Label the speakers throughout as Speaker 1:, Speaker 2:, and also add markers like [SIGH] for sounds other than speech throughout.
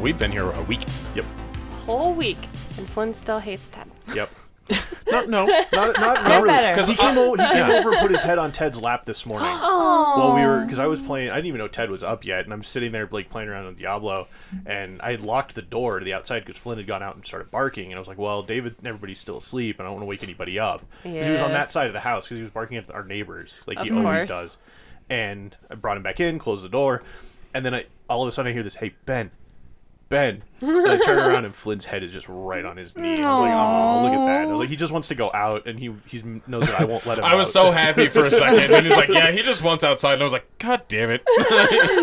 Speaker 1: We've been here a week. Yep.
Speaker 2: Whole week, and Flynn still hates Ted. [LAUGHS]
Speaker 1: Yep. no, no,
Speaker 3: Not,
Speaker 1: not,
Speaker 3: not,
Speaker 4: They're
Speaker 3: not really.
Speaker 4: better.
Speaker 3: Because he came, o- he came
Speaker 2: [LAUGHS]
Speaker 1: Yeah.
Speaker 3: over and put his head on Ted's lap this
Speaker 2: [GASPS]
Speaker 3: morning. While we were, because I was playing, I didn't even know Ted was up yet, and I'm sitting there like playing around on Diablo, and I had locked the door to the outside because Flynn had gone out and started barking, and I was like, "Well, David, and everybody's still asleep, and I don't want to wake anybody up." 'Cause he was on
Speaker 2: Yeah.
Speaker 3: that side of the house because he was barking at our neighbors, like he
Speaker 2: Of
Speaker 3: always
Speaker 2: course.
Speaker 3: does. And I brought him back in, closed the door, and then I all of a sudden I hear this, "Hey, Ben." Ben, and I turn around and Flynn's head is just right on his knee. And I was like, "Oh, look at that!" And I was like, "He just wants to go out, and he he knows that I won't let him."
Speaker 1: [LAUGHS] I was
Speaker 3: out.
Speaker 1: so happy for a second. And
Speaker 2: [LAUGHS]
Speaker 1: he's like, yeah, he just wants outside. And I was like, God damn it.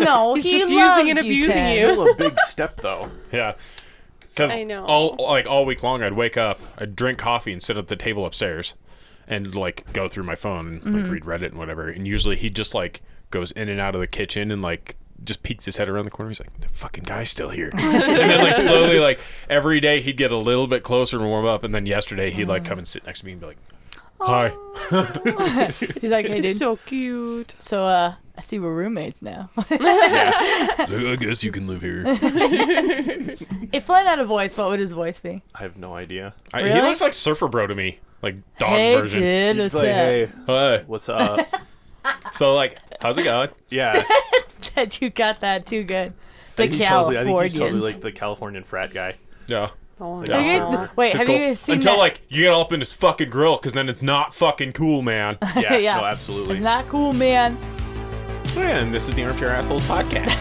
Speaker 4: [LAUGHS] no,
Speaker 2: He's
Speaker 4: he
Speaker 2: just using and
Speaker 4: loved you,
Speaker 2: abusing
Speaker 4: Ted.
Speaker 2: you.
Speaker 3: still a big step though.
Speaker 1: yeah. Because
Speaker 2: I know.
Speaker 1: all like all week long, I'd wake up, I'd drink coffee, and sit at the table upstairs, and like go through my phone and
Speaker 2: Mm-hmm.
Speaker 1: like read Reddit and whatever. And usually he just like goes in and out of the kitchen and like just peeks his head around the corner. He's like, "The fucking guy's
Speaker 2: [LAUGHS]
Speaker 1: still here." and then like slowly, like every day he'd get a little bit closer and warm up. And then yesterday he'd
Speaker 2: Mm.
Speaker 1: like come and sit next to me and be like, "Hi."
Speaker 4: He's like, hey, dude. So,
Speaker 2: cute.
Speaker 4: uh, I see we're roommates [LAUGHS] now.
Speaker 1: He's like, I guess you can
Speaker 2: [LAUGHS]
Speaker 1: live here.
Speaker 4: if Flynn had a voice, what would his voice be?
Speaker 3: I have no idea.
Speaker 1: I, He
Speaker 4: Really?
Speaker 1: looks like Surfer Bro to me, like dog
Speaker 4: hey,
Speaker 1: version.
Speaker 3: He's
Speaker 4: dude, what's
Speaker 3: like,
Speaker 4: up?
Speaker 3: hey,
Speaker 1: Hi.
Speaker 3: what's up?
Speaker 1: So like, how's it going?
Speaker 3: yeah,
Speaker 4: [LAUGHS] Ted, you got that too good. The
Speaker 3: Like, he totally, I
Speaker 4: Californians.
Speaker 3: think he's totally like the Californian frat
Speaker 4: [LAUGHS]
Speaker 3: guy.
Speaker 1: Yeah.
Speaker 2: Oh,
Speaker 1: Yeah.
Speaker 4: Okay,
Speaker 2: no.
Speaker 4: th- Wait,
Speaker 1: It's
Speaker 4: [LAUGHS] have
Speaker 1: cool.
Speaker 4: you guys seen
Speaker 1: until
Speaker 4: that?
Speaker 1: like you get all up in his fucking grill because then it's not fucking cool,
Speaker 4: [LAUGHS]
Speaker 1: man.
Speaker 3: Yeah,
Speaker 4: Yeah.
Speaker 3: no, absolutely.
Speaker 4: it's not cool, man.
Speaker 1: and this is the Armchair Assholes
Speaker 4: [LAUGHS]
Speaker 1: podcast.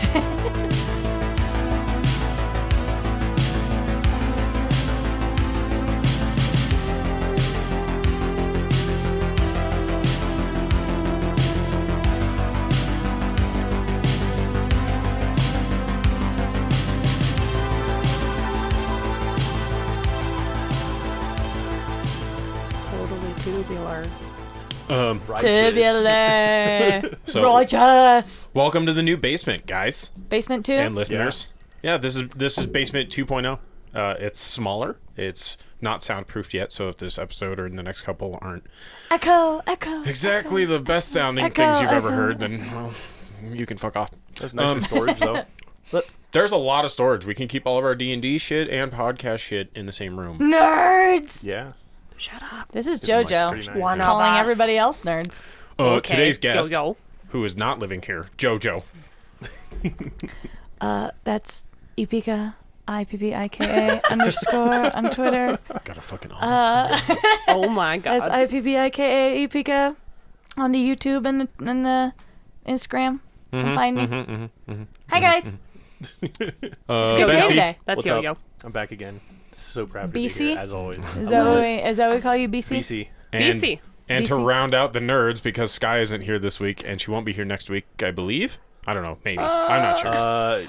Speaker 2: totally tubular.
Speaker 1: um,
Speaker 3: Righteous. [LAUGHS]
Speaker 4: Tubular.
Speaker 1: So-
Speaker 4: Righteous.
Speaker 1: welcome to the new basement, guys
Speaker 4: Basement 2?
Speaker 1: and listeners. Yeah. this is this is basement 2.0. Uh, it's smaller. It's not soundproofed yet, so if this episode or in the next couple aren't
Speaker 4: echo, echo.
Speaker 1: exactly the best sounding
Speaker 4: Echo,
Speaker 1: things you've ever
Speaker 4: echo.
Speaker 1: heard, then well, you can fuck off.
Speaker 3: That's nicer
Speaker 1: Um,
Speaker 3: storage though.
Speaker 4: [LAUGHS]
Speaker 1: There's a lot of storage. We can keep all of our D and D shit and podcast shit in the same room.
Speaker 4: Nerds.
Speaker 3: Yeah,
Speaker 4: This is
Speaker 3: It's, like,
Speaker 4: JoJo
Speaker 3: pretty nice.
Speaker 2: One of
Speaker 4: calling
Speaker 2: us.
Speaker 4: everybody else nerds.
Speaker 1: Uh,
Speaker 2: Okay,
Speaker 1: Today's guest,
Speaker 2: Yo-yo.
Speaker 1: who is not living here, JoJo.
Speaker 4: That's Ipika, I P P I K A [LAUGHS] underscore on Twitter.
Speaker 1: Got a fucking.
Speaker 4: Uh,
Speaker 2: Oh my god.
Speaker 4: that's I P P I K A Ipika on the YouTube and the, and the Instagram. Come find me. Hi guys.
Speaker 1: Uh,
Speaker 4: It's good
Speaker 1: Betsy,
Speaker 4: today.
Speaker 2: That's
Speaker 3: what's
Speaker 2: yo
Speaker 3: up?
Speaker 2: yo.
Speaker 3: I'm back again. So proud to
Speaker 4: BC?
Speaker 3: be here as always.
Speaker 4: Is that, what we, is that what we call you, BC?
Speaker 3: BC.
Speaker 1: And,
Speaker 2: BC.
Speaker 1: and to
Speaker 4: BC.
Speaker 1: round out the nerds, because Sky isn't here this week, and she won't be here next week, I believe. I don't know. Maybe. I'm not sure.
Speaker 3: Uh,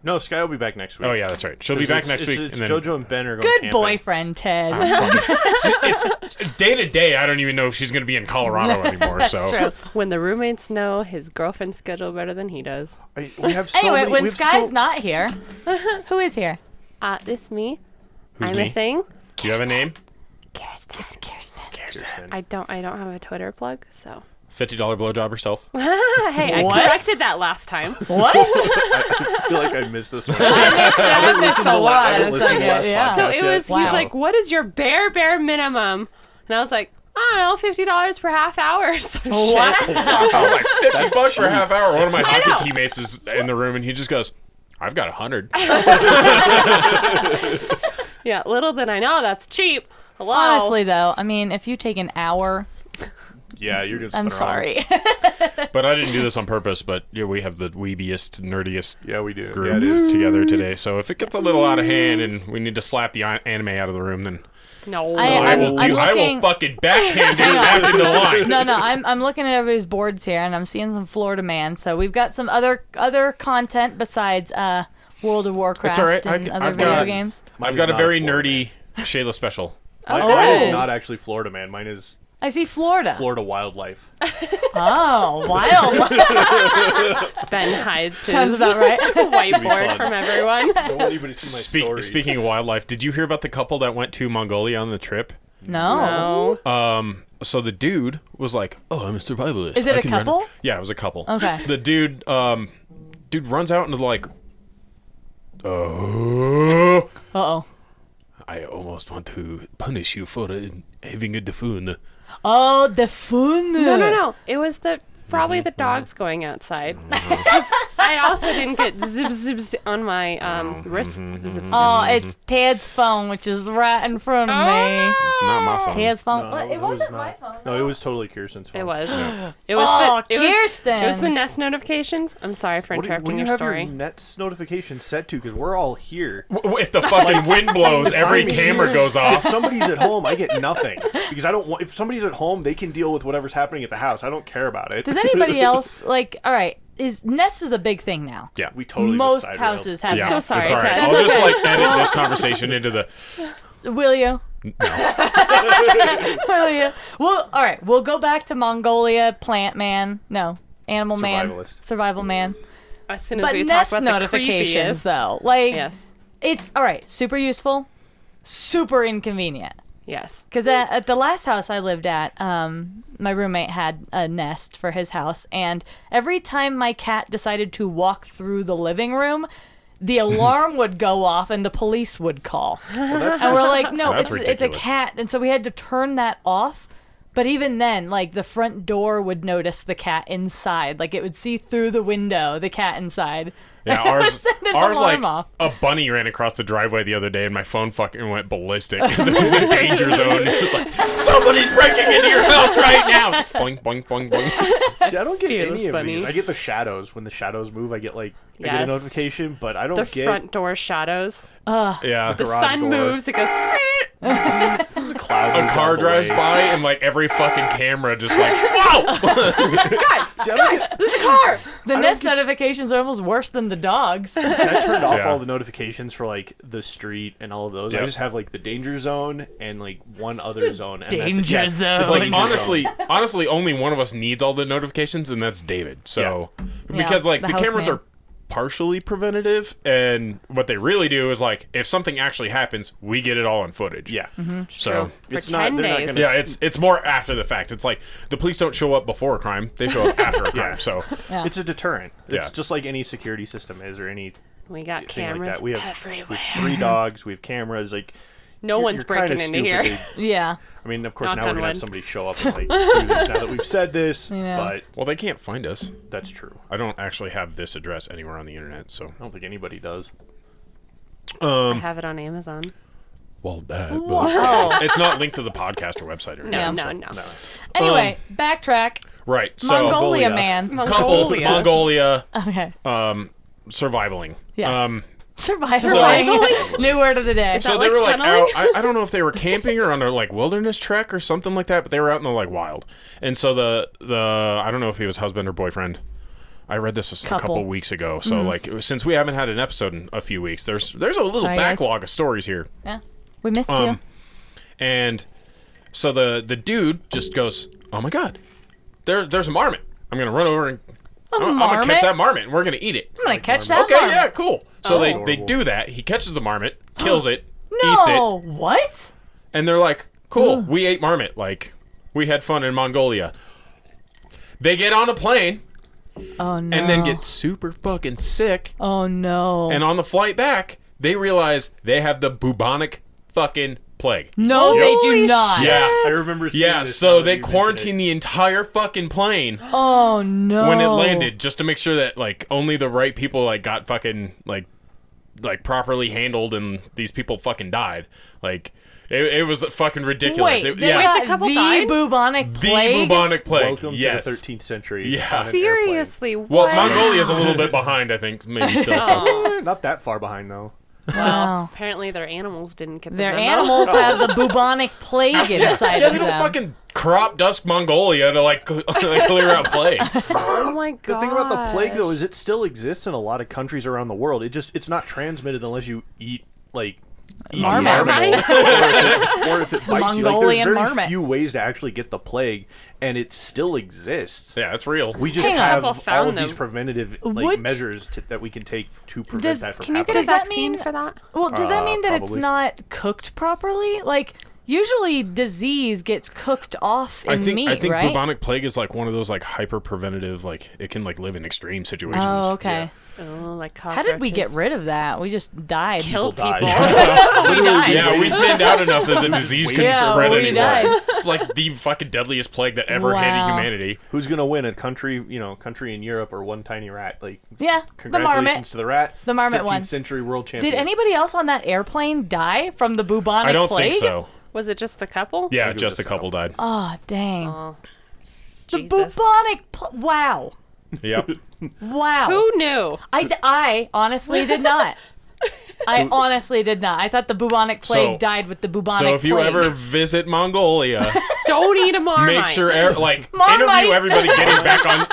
Speaker 3: no, Sky will be back next week.
Speaker 1: oh, yeah, that's right. She'll be back
Speaker 3: It's-
Speaker 1: next
Speaker 3: it's-
Speaker 1: week.
Speaker 3: It's
Speaker 1: and then,
Speaker 3: JoJo and Ben are going.
Speaker 4: Good
Speaker 3: camping.
Speaker 4: boyfriend, Ted.
Speaker 1: it's it's- day to day. I don't even know if she's going to be in
Speaker 2: [LAUGHS]
Speaker 1: Colorado anymore.
Speaker 4: That's
Speaker 1: so
Speaker 4: true.
Speaker 2: When the roommates know his girlfriend's schedule better than he does.
Speaker 3: I, we have so
Speaker 4: Anyway,
Speaker 3: many,
Speaker 4: when
Speaker 3: we have [LAUGHS]
Speaker 4: Sky's
Speaker 3: so,
Speaker 4: not here, who is here?
Speaker 2: Uh, this me.
Speaker 1: Who's
Speaker 2: I'm
Speaker 1: me?
Speaker 2: a thing.
Speaker 1: do you have a name?
Speaker 4: Kirsten. It's Kirsten.
Speaker 3: Kirsten.
Speaker 2: I don't. I don't have a Twitter plug. So
Speaker 1: Fifty dollar blowjob [LAUGHS] herself.
Speaker 2: hey,
Speaker 4: What?
Speaker 2: I corrected that last
Speaker 1: [LAUGHS]
Speaker 2: time.
Speaker 4: What?
Speaker 3: I feel like I missed this one. I haven't listened to
Speaker 4: a
Speaker 3: the la- I
Speaker 4: lot.
Speaker 3: haven't
Speaker 4: It's
Speaker 3: listened to
Speaker 4: like,
Speaker 3: the last
Speaker 4: yeah.
Speaker 2: So
Speaker 3: podcast
Speaker 2: it
Speaker 3: yet.
Speaker 2: was. He's like, "What is your bare bare minimum?" And I was like, "I don't know, fifty dollars per half hour." [LAUGHS] or some shit.
Speaker 1: I'm like fifty bucks for a half hour. One of my
Speaker 2: I
Speaker 1: hockey
Speaker 2: know.
Speaker 1: teammates is in the room, and he just goes, "I've got
Speaker 2: [LAUGHS]
Speaker 1: a hundred.
Speaker 2: Yeah, little did I know that's cheap. Hello.
Speaker 4: Honestly, though, I mean, if you take an hour,
Speaker 3: Yeah, you're doing
Speaker 4: I'm
Speaker 3: something wrong.
Speaker 4: sorry.
Speaker 1: But I didn't do this on purpose. But yeah, we have the weebiest, nerdiest
Speaker 3: Yeah, we do.
Speaker 1: group
Speaker 3: Yeah, it is.
Speaker 1: together today. So if it gets a little out of hand and we need to slap the an- anime out of the room, then
Speaker 2: no.
Speaker 4: I-
Speaker 1: I
Speaker 4: I'm-
Speaker 1: will do.
Speaker 4: I'm
Speaker 1: I will
Speaker 4: looking-
Speaker 1: fucking
Speaker 4: [LAUGHS]
Speaker 1: backhand you back into line.
Speaker 4: no, no, I'm I'm looking at everybody's boards here, and I'm seeing some Florida Man. So we've got some other other content besides uh, World of Warcraft
Speaker 1: It's all right. I,
Speaker 4: and other
Speaker 1: have
Speaker 4: video
Speaker 1: got.
Speaker 4: games.
Speaker 3: Mine
Speaker 1: I've
Speaker 3: is
Speaker 1: got a
Speaker 3: not
Speaker 1: very
Speaker 3: Florida
Speaker 1: nerdy Shayla special.
Speaker 3: Man. Mine- Mine
Speaker 4: Oh.
Speaker 3: is not actually Florida man. Mine is
Speaker 4: I see Florida.
Speaker 3: Florida wildlife.
Speaker 4: Oh, [LAUGHS] wow,
Speaker 2: Ben hides
Speaker 4: [LAUGHS] sounds
Speaker 2: his
Speaker 1: [LAUGHS]
Speaker 4: about right. [LAUGHS]
Speaker 2: whiteboard
Speaker 3: fun.
Speaker 2: from everyone.
Speaker 3: Don't want anybody to see [LAUGHS] my
Speaker 1: Speak,
Speaker 3: stories.
Speaker 1: speaking of wildlife, did you hear about the couple that went to Mongolia on the trip?
Speaker 4: No,
Speaker 2: No.
Speaker 1: Um, so the dude was like, "Oh, I'm a survivalist."
Speaker 4: Is it
Speaker 1: a
Speaker 4: a couple?
Speaker 1: Yeah, it was a couple.
Speaker 4: Okay.
Speaker 1: The dude, um, dude runs out into like Oh,
Speaker 4: Uh oh.
Speaker 1: I almost want to punish you for uh, having a defoon.
Speaker 4: Oh, the fun.
Speaker 2: No,
Speaker 1: [LAUGHS]
Speaker 2: no, no. It was the
Speaker 3: Mm-hmm.
Speaker 2: probably the dogs going outside. [LAUGHS] 'Cause I also didn't get zip zip, zip on my um, wrist.
Speaker 3: Mm-hmm,
Speaker 2: Zip, zip.
Speaker 4: Oh, it's Ted's phone, which is right in front of
Speaker 2: Oh,
Speaker 4: me.
Speaker 1: Not my phone.
Speaker 4: Ted's phone.
Speaker 3: No,
Speaker 4: Well, it
Speaker 3: was
Speaker 4: wasn't my
Speaker 3: not-
Speaker 4: phone.
Speaker 3: No, it was totally Kirsten's phone.
Speaker 2: It was. It was
Speaker 4: Oh,
Speaker 2: the it was,
Speaker 4: Kirsten.
Speaker 2: it was the nest notifications. I'm sorry for
Speaker 3: What do you, what
Speaker 2: interrupting
Speaker 3: do you
Speaker 2: your
Speaker 3: have
Speaker 2: story.
Speaker 3: your Nets notification set to? Because we're all here.
Speaker 1: W- If the fucking wind blows, every
Speaker 3: I'm
Speaker 1: camera
Speaker 3: here.
Speaker 1: goes
Speaker 3: If [LAUGHS]
Speaker 1: off.
Speaker 3: somebody's at home, I get nothing because I don't want. If somebody's at home, they can deal with whatever's happening at the house. I don't care about it.
Speaker 4: Does
Speaker 1: [LAUGHS]
Speaker 4: anybody else like? All right, is Nest is a big thing now.
Speaker 1: Yeah.
Speaker 3: We totally just
Speaker 4: Most
Speaker 3: side railed.
Speaker 4: houses have.
Speaker 1: yeah,
Speaker 2: so
Speaker 4: Nest.
Speaker 2: sorry,
Speaker 1: It's all right.
Speaker 2: Ted.
Speaker 1: I'll
Speaker 2: That's
Speaker 1: just like
Speaker 2: [LAUGHS]
Speaker 1: edit this conversation into the.
Speaker 4: Will you? [LAUGHS] Will you? Well, all right. We'll go back to Mongolia, Plant Man. No, Animal Man,
Speaker 3: Survivalist.
Speaker 4: Survival Man.
Speaker 2: As soon as
Speaker 4: But
Speaker 2: we talk
Speaker 4: Nest
Speaker 2: about
Speaker 4: notifications,
Speaker 2: the creepiest.
Speaker 4: though, like
Speaker 2: Yes.
Speaker 4: it's all right. Super useful, super inconvenient.
Speaker 2: Yes.
Speaker 4: Because at, at the last house I lived at, um, my roommate had a nest for his house, and every time my cat decided to walk through the living room, the alarm would go off and the police
Speaker 2: [LAUGHS]
Speaker 4: would call. and we're like, no,
Speaker 1: That's
Speaker 4: it's, it's a
Speaker 1: ridiculous.
Speaker 4: cat. And so we had to turn that off. But even then, like the front door would notice the cat inside. Like it would see through the window the cat inside.
Speaker 2: [LAUGHS]
Speaker 1: Yeah, ours,
Speaker 4: Send an
Speaker 1: ours
Speaker 4: alarm
Speaker 1: like
Speaker 4: off.
Speaker 1: a bunny ran across the driveway the other day, and my phone fucking went
Speaker 2: [LAUGHS]
Speaker 1: ballistic because it was the danger zone. It was like somebody's breaking into your house right now. Boing, boing, boing,
Speaker 2: [LAUGHS]
Speaker 1: boing.
Speaker 3: See, I don't get
Speaker 2: Fearless
Speaker 3: any of
Speaker 2: bunny.
Speaker 3: these. I get the shadows when the shadows move. I get like I get a
Speaker 2: Yes.
Speaker 3: notification, but I don't
Speaker 2: The
Speaker 3: get
Speaker 2: front door shadows.
Speaker 1: Yeah,
Speaker 2: The
Speaker 3: garage
Speaker 2: sun
Speaker 3: door.
Speaker 2: moves. It
Speaker 4: [LAUGHS]
Speaker 2: goes.
Speaker 3: there's [LAUGHS] a cloud.
Speaker 1: a car drives by, and like every fucking camera just
Speaker 2: [LAUGHS]
Speaker 1: like whoa.
Speaker 3: See, I, don't get,
Speaker 4: There's a car! The nest notifications are almost worse than the dogs.
Speaker 3: see, [LAUGHS] I turned off
Speaker 1: Yeah.
Speaker 3: all the notifications for like the street and all of those. I
Speaker 1: Yep.
Speaker 3: just have like the danger zone and like one other zone. And
Speaker 4: danger
Speaker 3: that's it. Yeah, the
Speaker 4: zone.
Speaker 3: danger
Speaker 1: like honestly [LAUGHS] honestly only one of us needs all the notifications and that's david so because
Speaker 4: Yeah,
Speaker 1: like
Speaker 4: the
Speaker 1: the,
Speaker 4: house
Speaker 1: cameras
Speaker 4: man.
Speaker 1: are partially preventative and what they really do is like if something actually happens we get it all in footage
Speaker 3: yeah.
Speaker 2: Mm-hmm.
Speaker 1: so
Speaker 2: For
Speaker 3: It's not-
Speaker 2: 10
Speaker 3: they're not
Speaker 2: days.
Speaker 3: gonna-
Speaker 1: yeah it's it's more after the fact it's like the police don't show up before a crime they show up after a crime so
Speaker 4: Yeah.
Speaker 3: It's a deterrent. It's
Speaker 1: Yeah.
Speaker 3: just like any security system is or any
Speaker 2: We got
Speaker 3: thing like
Speaker 2: cameras
Speaker 3: that. We have we
Speaker 2: everywhere.
Speaker 3: have three dogs. We have cameras. Like
Speaker 2: No
Speaker 3: you're-
Speaker 2: one's
Speaker 3: you're kinda
Speaker 2: breaking into here.
Speaker 3: stupidly-
Speaker 4: Yeah.
Speaker 3: I mean, of course,
Speaker 2: Knock
Speaker 3: now we're
Speaker 2: on
Speaker 3: gonna have
Speaker 2: wood.
Speaker 3: somebody show
Speaker 2: [LAUGHS]
Speaker 3: up and like do this now that we've said this.
Speaker 4: Yeah.
Speaker 3: But
Speaker 1: well they can't find us
Speaker 3: that's true.
Speaker 1: i don't actually have this address anywhere on the internet so
Speaker 3: I don't think anybody does.
Speaker 2: I have it on Amazon.
Speaker 1: well
Speaker 4: Whoa.
Speaker 1: it's not linked to the podcast or website or anything
Speaker 2: No,
Speaker 4: Yeah.
Speaker 2: no, no,
Speaker 4: Anyway, backtrack.
Speaker 1: right Um, so uh,
Speaker 4: Mongolia,
Speaker 3: Mongolia.
Speaker 4: man.
Speaker 1: Couple, Uh, mongolia
Speaker 4: Okay.
Speaker 1: survivaling
Speaker 4: Yes.
Speaker 1: um
Speaker 4: Survival.
Speaker 2: Survivaling.
Speaker 4: [LAUGHS] New word of the day.
Speaker 1: so
Speaker 2: that
Speaker 1: they
Speaker 2: like
Speaker 1: were like
Speaker 2: tunneling?
Speaker 1: out, I, I don't know if they were camping or on a like wilderness trek or something like that but they were out in the like wild and so the the i don't know if he was husband or boyfriend i read this a couple,
Speaker 4: Couple.
Speaker 1: weeks ago so like it was- since we haven't had an episode in a few weeks there's there's a little
Speaker 4: Sorry, guys.
Speaker 1: backlog of stories here
Speaker 4: Yeah. We missed you.
Speaker 1: Um, and so the the dude just goes oh my god there there's a marmot i'm gonna run over and I'm, I'm gonna
Speaker 4: marmot?
Speaker 1: catch that marmot and we're gonna eat it
Speaker 4: I'm going to catch that
Speaker 1: okay
Speaker 4: one.
Speaker 1: yeah cool so they they
Speaker 3: Adorable.
Speaker 1: do that he catches the marmot kills it eats it
Speaker 4: No. What?
Speaker 1: and they're like, "Cool, we ate marmot. Like, we had fun in Mongolia." They get on a plane
Speaker 4: Oh, no.
Speaker 1: and then get super fucking sick.
Speaker 4: Oh, no.
Speaker 1: And on the flight back, they realize they have the bubonic fucking plague.
Speaker 4: no, they do
Speaker 2: Holy
Speaker 4: not.
Speaker 1: Yeah,
Speaker 3: I remember. Seeing
Speaker 1: yeah.
Speaker 3: this
Speaker 1: So
Speaker 3: now that
Speaker 1: they
Speaker 3: you mention it.
Speaker 1: quarantine the entire fucking plane [GASPS]
Speaker 4: Oh, no.
Speaker 1: when it landed just to make sure that like only the right people like got fucking like like properly handled and these people fucking died. Like it, it was fucking ridiculous.
Speaker 4: Wait,
Speaker 1: It-
Speaker 4: they
Speaker 1: yeah.
Speaker 4: got
Speaker 2: Wait, the couple
Speaker 4: the
Speaker 2: died?
Speaker 4: bubonic
Speaker 1: the
Speaker 4: plague?
Speaker 1: bubonic plague.
Speaker 3: Welcome
Speaker 1: yes.
Speaker 3: to the 13th century.
Speaker 1: Yeah.
Speaker 3: on an airplane.
Speaker 2: Seriously, what?
Speaker 1: Well, Mongolia is a little bit behind, I think, maybe
Speaker 4: [LAUGHS]
Speaker 1: still.
Speaker 4: Oh,
Speaker 1: So.
Speaker 3: Eh, not that far behind though.
Speaker 4: Wow.
Speaker 2: Apparently, their animals didn't get the
Speaker 4: Their
Speaker 2: memo.
Speaker 4: animals have the bubonic plague inside
Speaker 1: Yeah,
Speaker 4: of
Speaker 1: they don't
Speaker 4: them.
Speaker 1: fucking crop dust Mongolia to like, cl- [LAUGHS] like clear out
Speaker 4: [LAUGHS]
Speaker 1: plague.
Speaker 2: [LAUGHS] Oh my god.
Speaker 3: The thing about the plague though is it still exists in a lot of countries around the world. It just it's not transmitted unless you eat like eat the
Speaker 4: Marmot.
Speaker 3: animal. [LAUGHS] or, if it, or if it bites you. Like, there's
Speaker 4: Mongolian
Speaker 3: very
Speaker 4: marmot.
Speaker 3: few ways to actually get the plague, and it still exists.
Speaker 1: Yeah, it's real.
Speaker 3: We just
Speaker 4: Hang on.
Speaker 3: have
Speaker 2: Couple
Speaker 3: all
Speaker 2: found
Speaker 3: of these
Speaker 2: them.
Speaker 3: preventative like
Speaker 4: Would-
Speaker 3: measures to, that we can take to prevent
Speaker 4: Does-
Speaker 3: that from
Speaker 2: Can you get
Speaker 3: happening.
Speaker 2: a
Speaker 4: Does that
Speaker 2: vaccine
Speaker 4: mean-
Speaker 2: for that?
Speaker 4: Well, does that
Speaker 3: Uh,
Speaker 4: mean that
Speaker 3: probably.
Speaker 4: it's not cooked properly? Like usually disease gets cooked off in
Speaker 1: I think
Speaker 4: meat,
Speaker 1: I think
Speaker 4: right?
Speaker 1: bubonic plague is like one of those like hyper preventative, like it can like live in extreme situations.
Speaker 4: oh, okay.
Speaker 1: Yeah.
Speaker 2: Oh, like cockroaches.
Speaker 4: How did we get rid of that? We just died.
Speaker 2: Kill people.
Speaker 3: die. [LAUGHS]
Speaker 4: [LAUGHS] we died.
Speaker 1: Yeah, we thinned out enough that the disease couldn't
Speaker 4: Yeah,
Speaker 1: spread
Speaker 4: we
Speaker 1: anymore.
Speaker 4: died.
Speaker 1: It's like the fucking deadliest plague that ever hit
Speaker 4: Wow.
Speaker 1: humanity.
Speaker 3: Who's gonna win? A country, you know, country in Europe or one tiny rat? Like,
Speaker 4: Yeah, the
Speaker 3: congratulations
Speaker 4: marmot.
Speaker 3: to the rat.
Speaker 4: The marmot
Speaker 3: 13th
Speaker 4: won.
Speaker 3: century world champion.
Speaker 4: Did anybody else on that airplane die from the bubonic
Speaker 1: I don't
Speaker 4: plague?
Speaker 1: think so.
Speaker 2: Was it just the couple?
Speaker 1: Yeah,
Speaker 3: think it was
Speaker 1: just a
Speaker 3: just
Speaker 1: couple died.
Speaker 4: Oh, dang.
Speaker 2: Oh,
Speaker 4: the
Speaker 2: Jesus.
Speaker 4: bubonic. Pl- wow. [LAUGHS]
Speaker 1: Yep.
Speaker 4: Wow.
Speaker 2: Who knew?
Speaker 4: I, d- I honestly did not.
Speaker 1: [LAUGHS]
Speaker 4: I honestly did not. I thought the bubonic plague
Speaker 1: So-
Speaker 4: died with the bubonic
Speaker 1: So if you
Speaker 4: plague.
Speaker 1: ever visit
Speaker 4: [LAUGHS]
Speaker 1: Mongolia,
Speaker 2: Don't eat a marmite.
Speaker 1: make sure er- like
Speaker 4: Marmite.
Speaker 1: interview everybody getting back
Speaker 4: [LAUGHS]
Speaker 1: on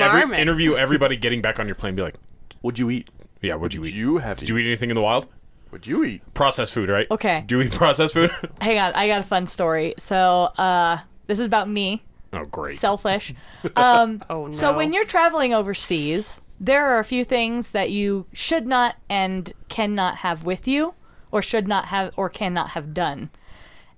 Speaker 1: every,
Speaker 2: Marmite.
Speaker 1: interview everybody getting back on your plane. Be like,
Speaker 3: Would you eat?
Speaker 1: yeah, what'd you
Speaker 3: Would
Speaker 1: eat?
Speaker 3: you have?
Speaker 1: Did you eat anything in the wild?
Speaker 3: Would you eat?
Speaker 1: Processed food, right?
Speaker 4: Okay.
Speaker 1: Do you eat processed food? [LAUGHS]
Speaker 4: Hang on, I got a fun story. So uh, this is about me,
Speaker 1: oh, great.
Speaker 4: selfish. Um,
Speaker 2: Oh no.
Speaker 4: So when you're traveling overseas, there are a few things that you should not and cannot have with you, or should not have or cannot have done.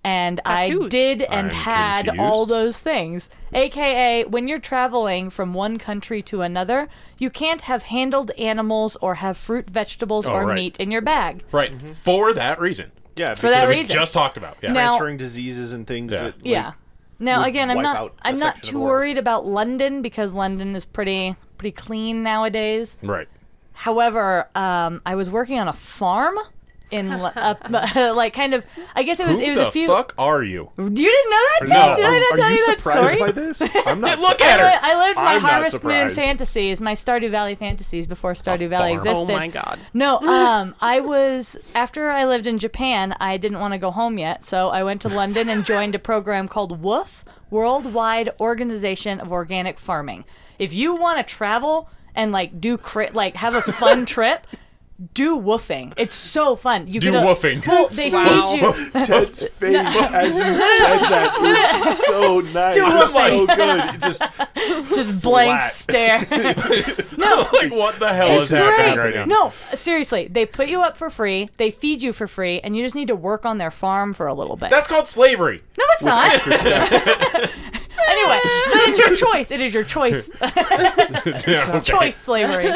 Speaker 4: And I
Speaker 2: Tattoos.
Speaker 4: did and
Speaker 1: I'm
Speaker 4: had all
Speaker 1: confused.
Speaker 4: those things. AKA, when you're traveling from one country to another, you can't have handled animals or have fruit, vegetables,
Speaker 1: Oh,
Speaker 4: or
Speaker 1: right.
Speaker 4: meat in your bag.
Speaker 1: right.
Speaker 3: Mm-hmm.
Speaker 1: For that reason.
Speaker 3: Yeah,
Speaker 4: For that
Speaker 3: because
Speaker 1: We
Speaker 4: reason.
Speaker 1: just talked about. Yeah.
Speaker 4: Now-
Speaker 3: transferring diseases and things.
Speaker 1: Yeah.
Speaker 3: That, like,
Speaker 4: yeah. Now
Speaker 3: would
Speaker 4: again, I'm
Speaker 3: wipe
Speaker 4: not
Speaker 3: out a
Speaker 4: I'm not
Speaker 3: section of
Speaker 4: too
Speaker 3: the world.
Speaker 4: worried about London because London is pretty pretty clean nowadays.
Speaker 1: right.
Speaker 4: However, um, I was working on a farm in Lo- up, [LAUGHS] like kind of I guess it was
Speaker 1: Who
Speaker 4: it was
Speaker 1: the
Speaker 4: a few
Speaker 1: fuck are you?
Speaker 4: You didn't know that? Did,
Speaker 1: No.
Speaker 4: did I
Speaker 1: Are-
Speaker 4: not
Speaker 3: Are
Speaker 4: tell
Speaker 3: you
Speaker 4: you, that
Speaker 3: surprised
Speaker 4: story?
Speaker 3: by this? I'm
Speaker 4: [LAUGHS]
Speaker 3: not.
Speaker 1: Look
Speaker 3: surprised.
Speaker 1: at her.
Speaker 4: I lived my
Speaker 3: I'm not
Speaker 4: Harvest Moon
Speaker 3: surprised.
Speaker 4: fantasies, my Stardew Valley fantasies before Stardew Valley
Speaker 1: farm.
Speaker 4: existed.
Speaker 2: oh my god. [LAUGHS]
Speaker 4: No, um, I was after I lived in Japan. I didn't want to go home yet, so I went to London and joined a program called WOOF, Worldwide Organization of Organic Farming. If you want to travel and like do cri- like have a
Speaker 2: [LAUGHS]
Speaker 4: fun trip, do woofing. It's so fun. You
Speaker 1: Do
Speaker 4: get a-
Speaker 1: woofing.
Speaker 2: [LAUGHS]
Speaker 4: Well, they
Speaker 3: [LAUGHS]
Speaker 2: Wow.
Speaker 4: feed you. [LAUGHS]
Speaker 3: Ted's face as you said that was so nice,
Speaker 4: Do
Speaker 3: It was
Speaker 4: what?
Speaker 3: so good. It just
Speaker 4: Just blank
Speaker 3: Flat. [LAUGHS]
Speaker 4: stare.
Speaker 1: [LAUGHS] like what the hell
Speaker 3: It's
Speaker 1: is happening
Speaker 3: great.
Speaker 1: right now?
Speaker 4: No, seriously, they put you up for free. They feed you for free, and you just need to work on their farm for a little bit.
Speaker 1: That's called slavery. [LAUGHS]
Speaker 4: No, it's not. [LAUGHS] anyway, that is your choice. It is
Speaker 3: [LAUGHS]
Speaker 4: your choice.
Speaker 1: [LAUGHS]
Speaker 4: Choice slavery.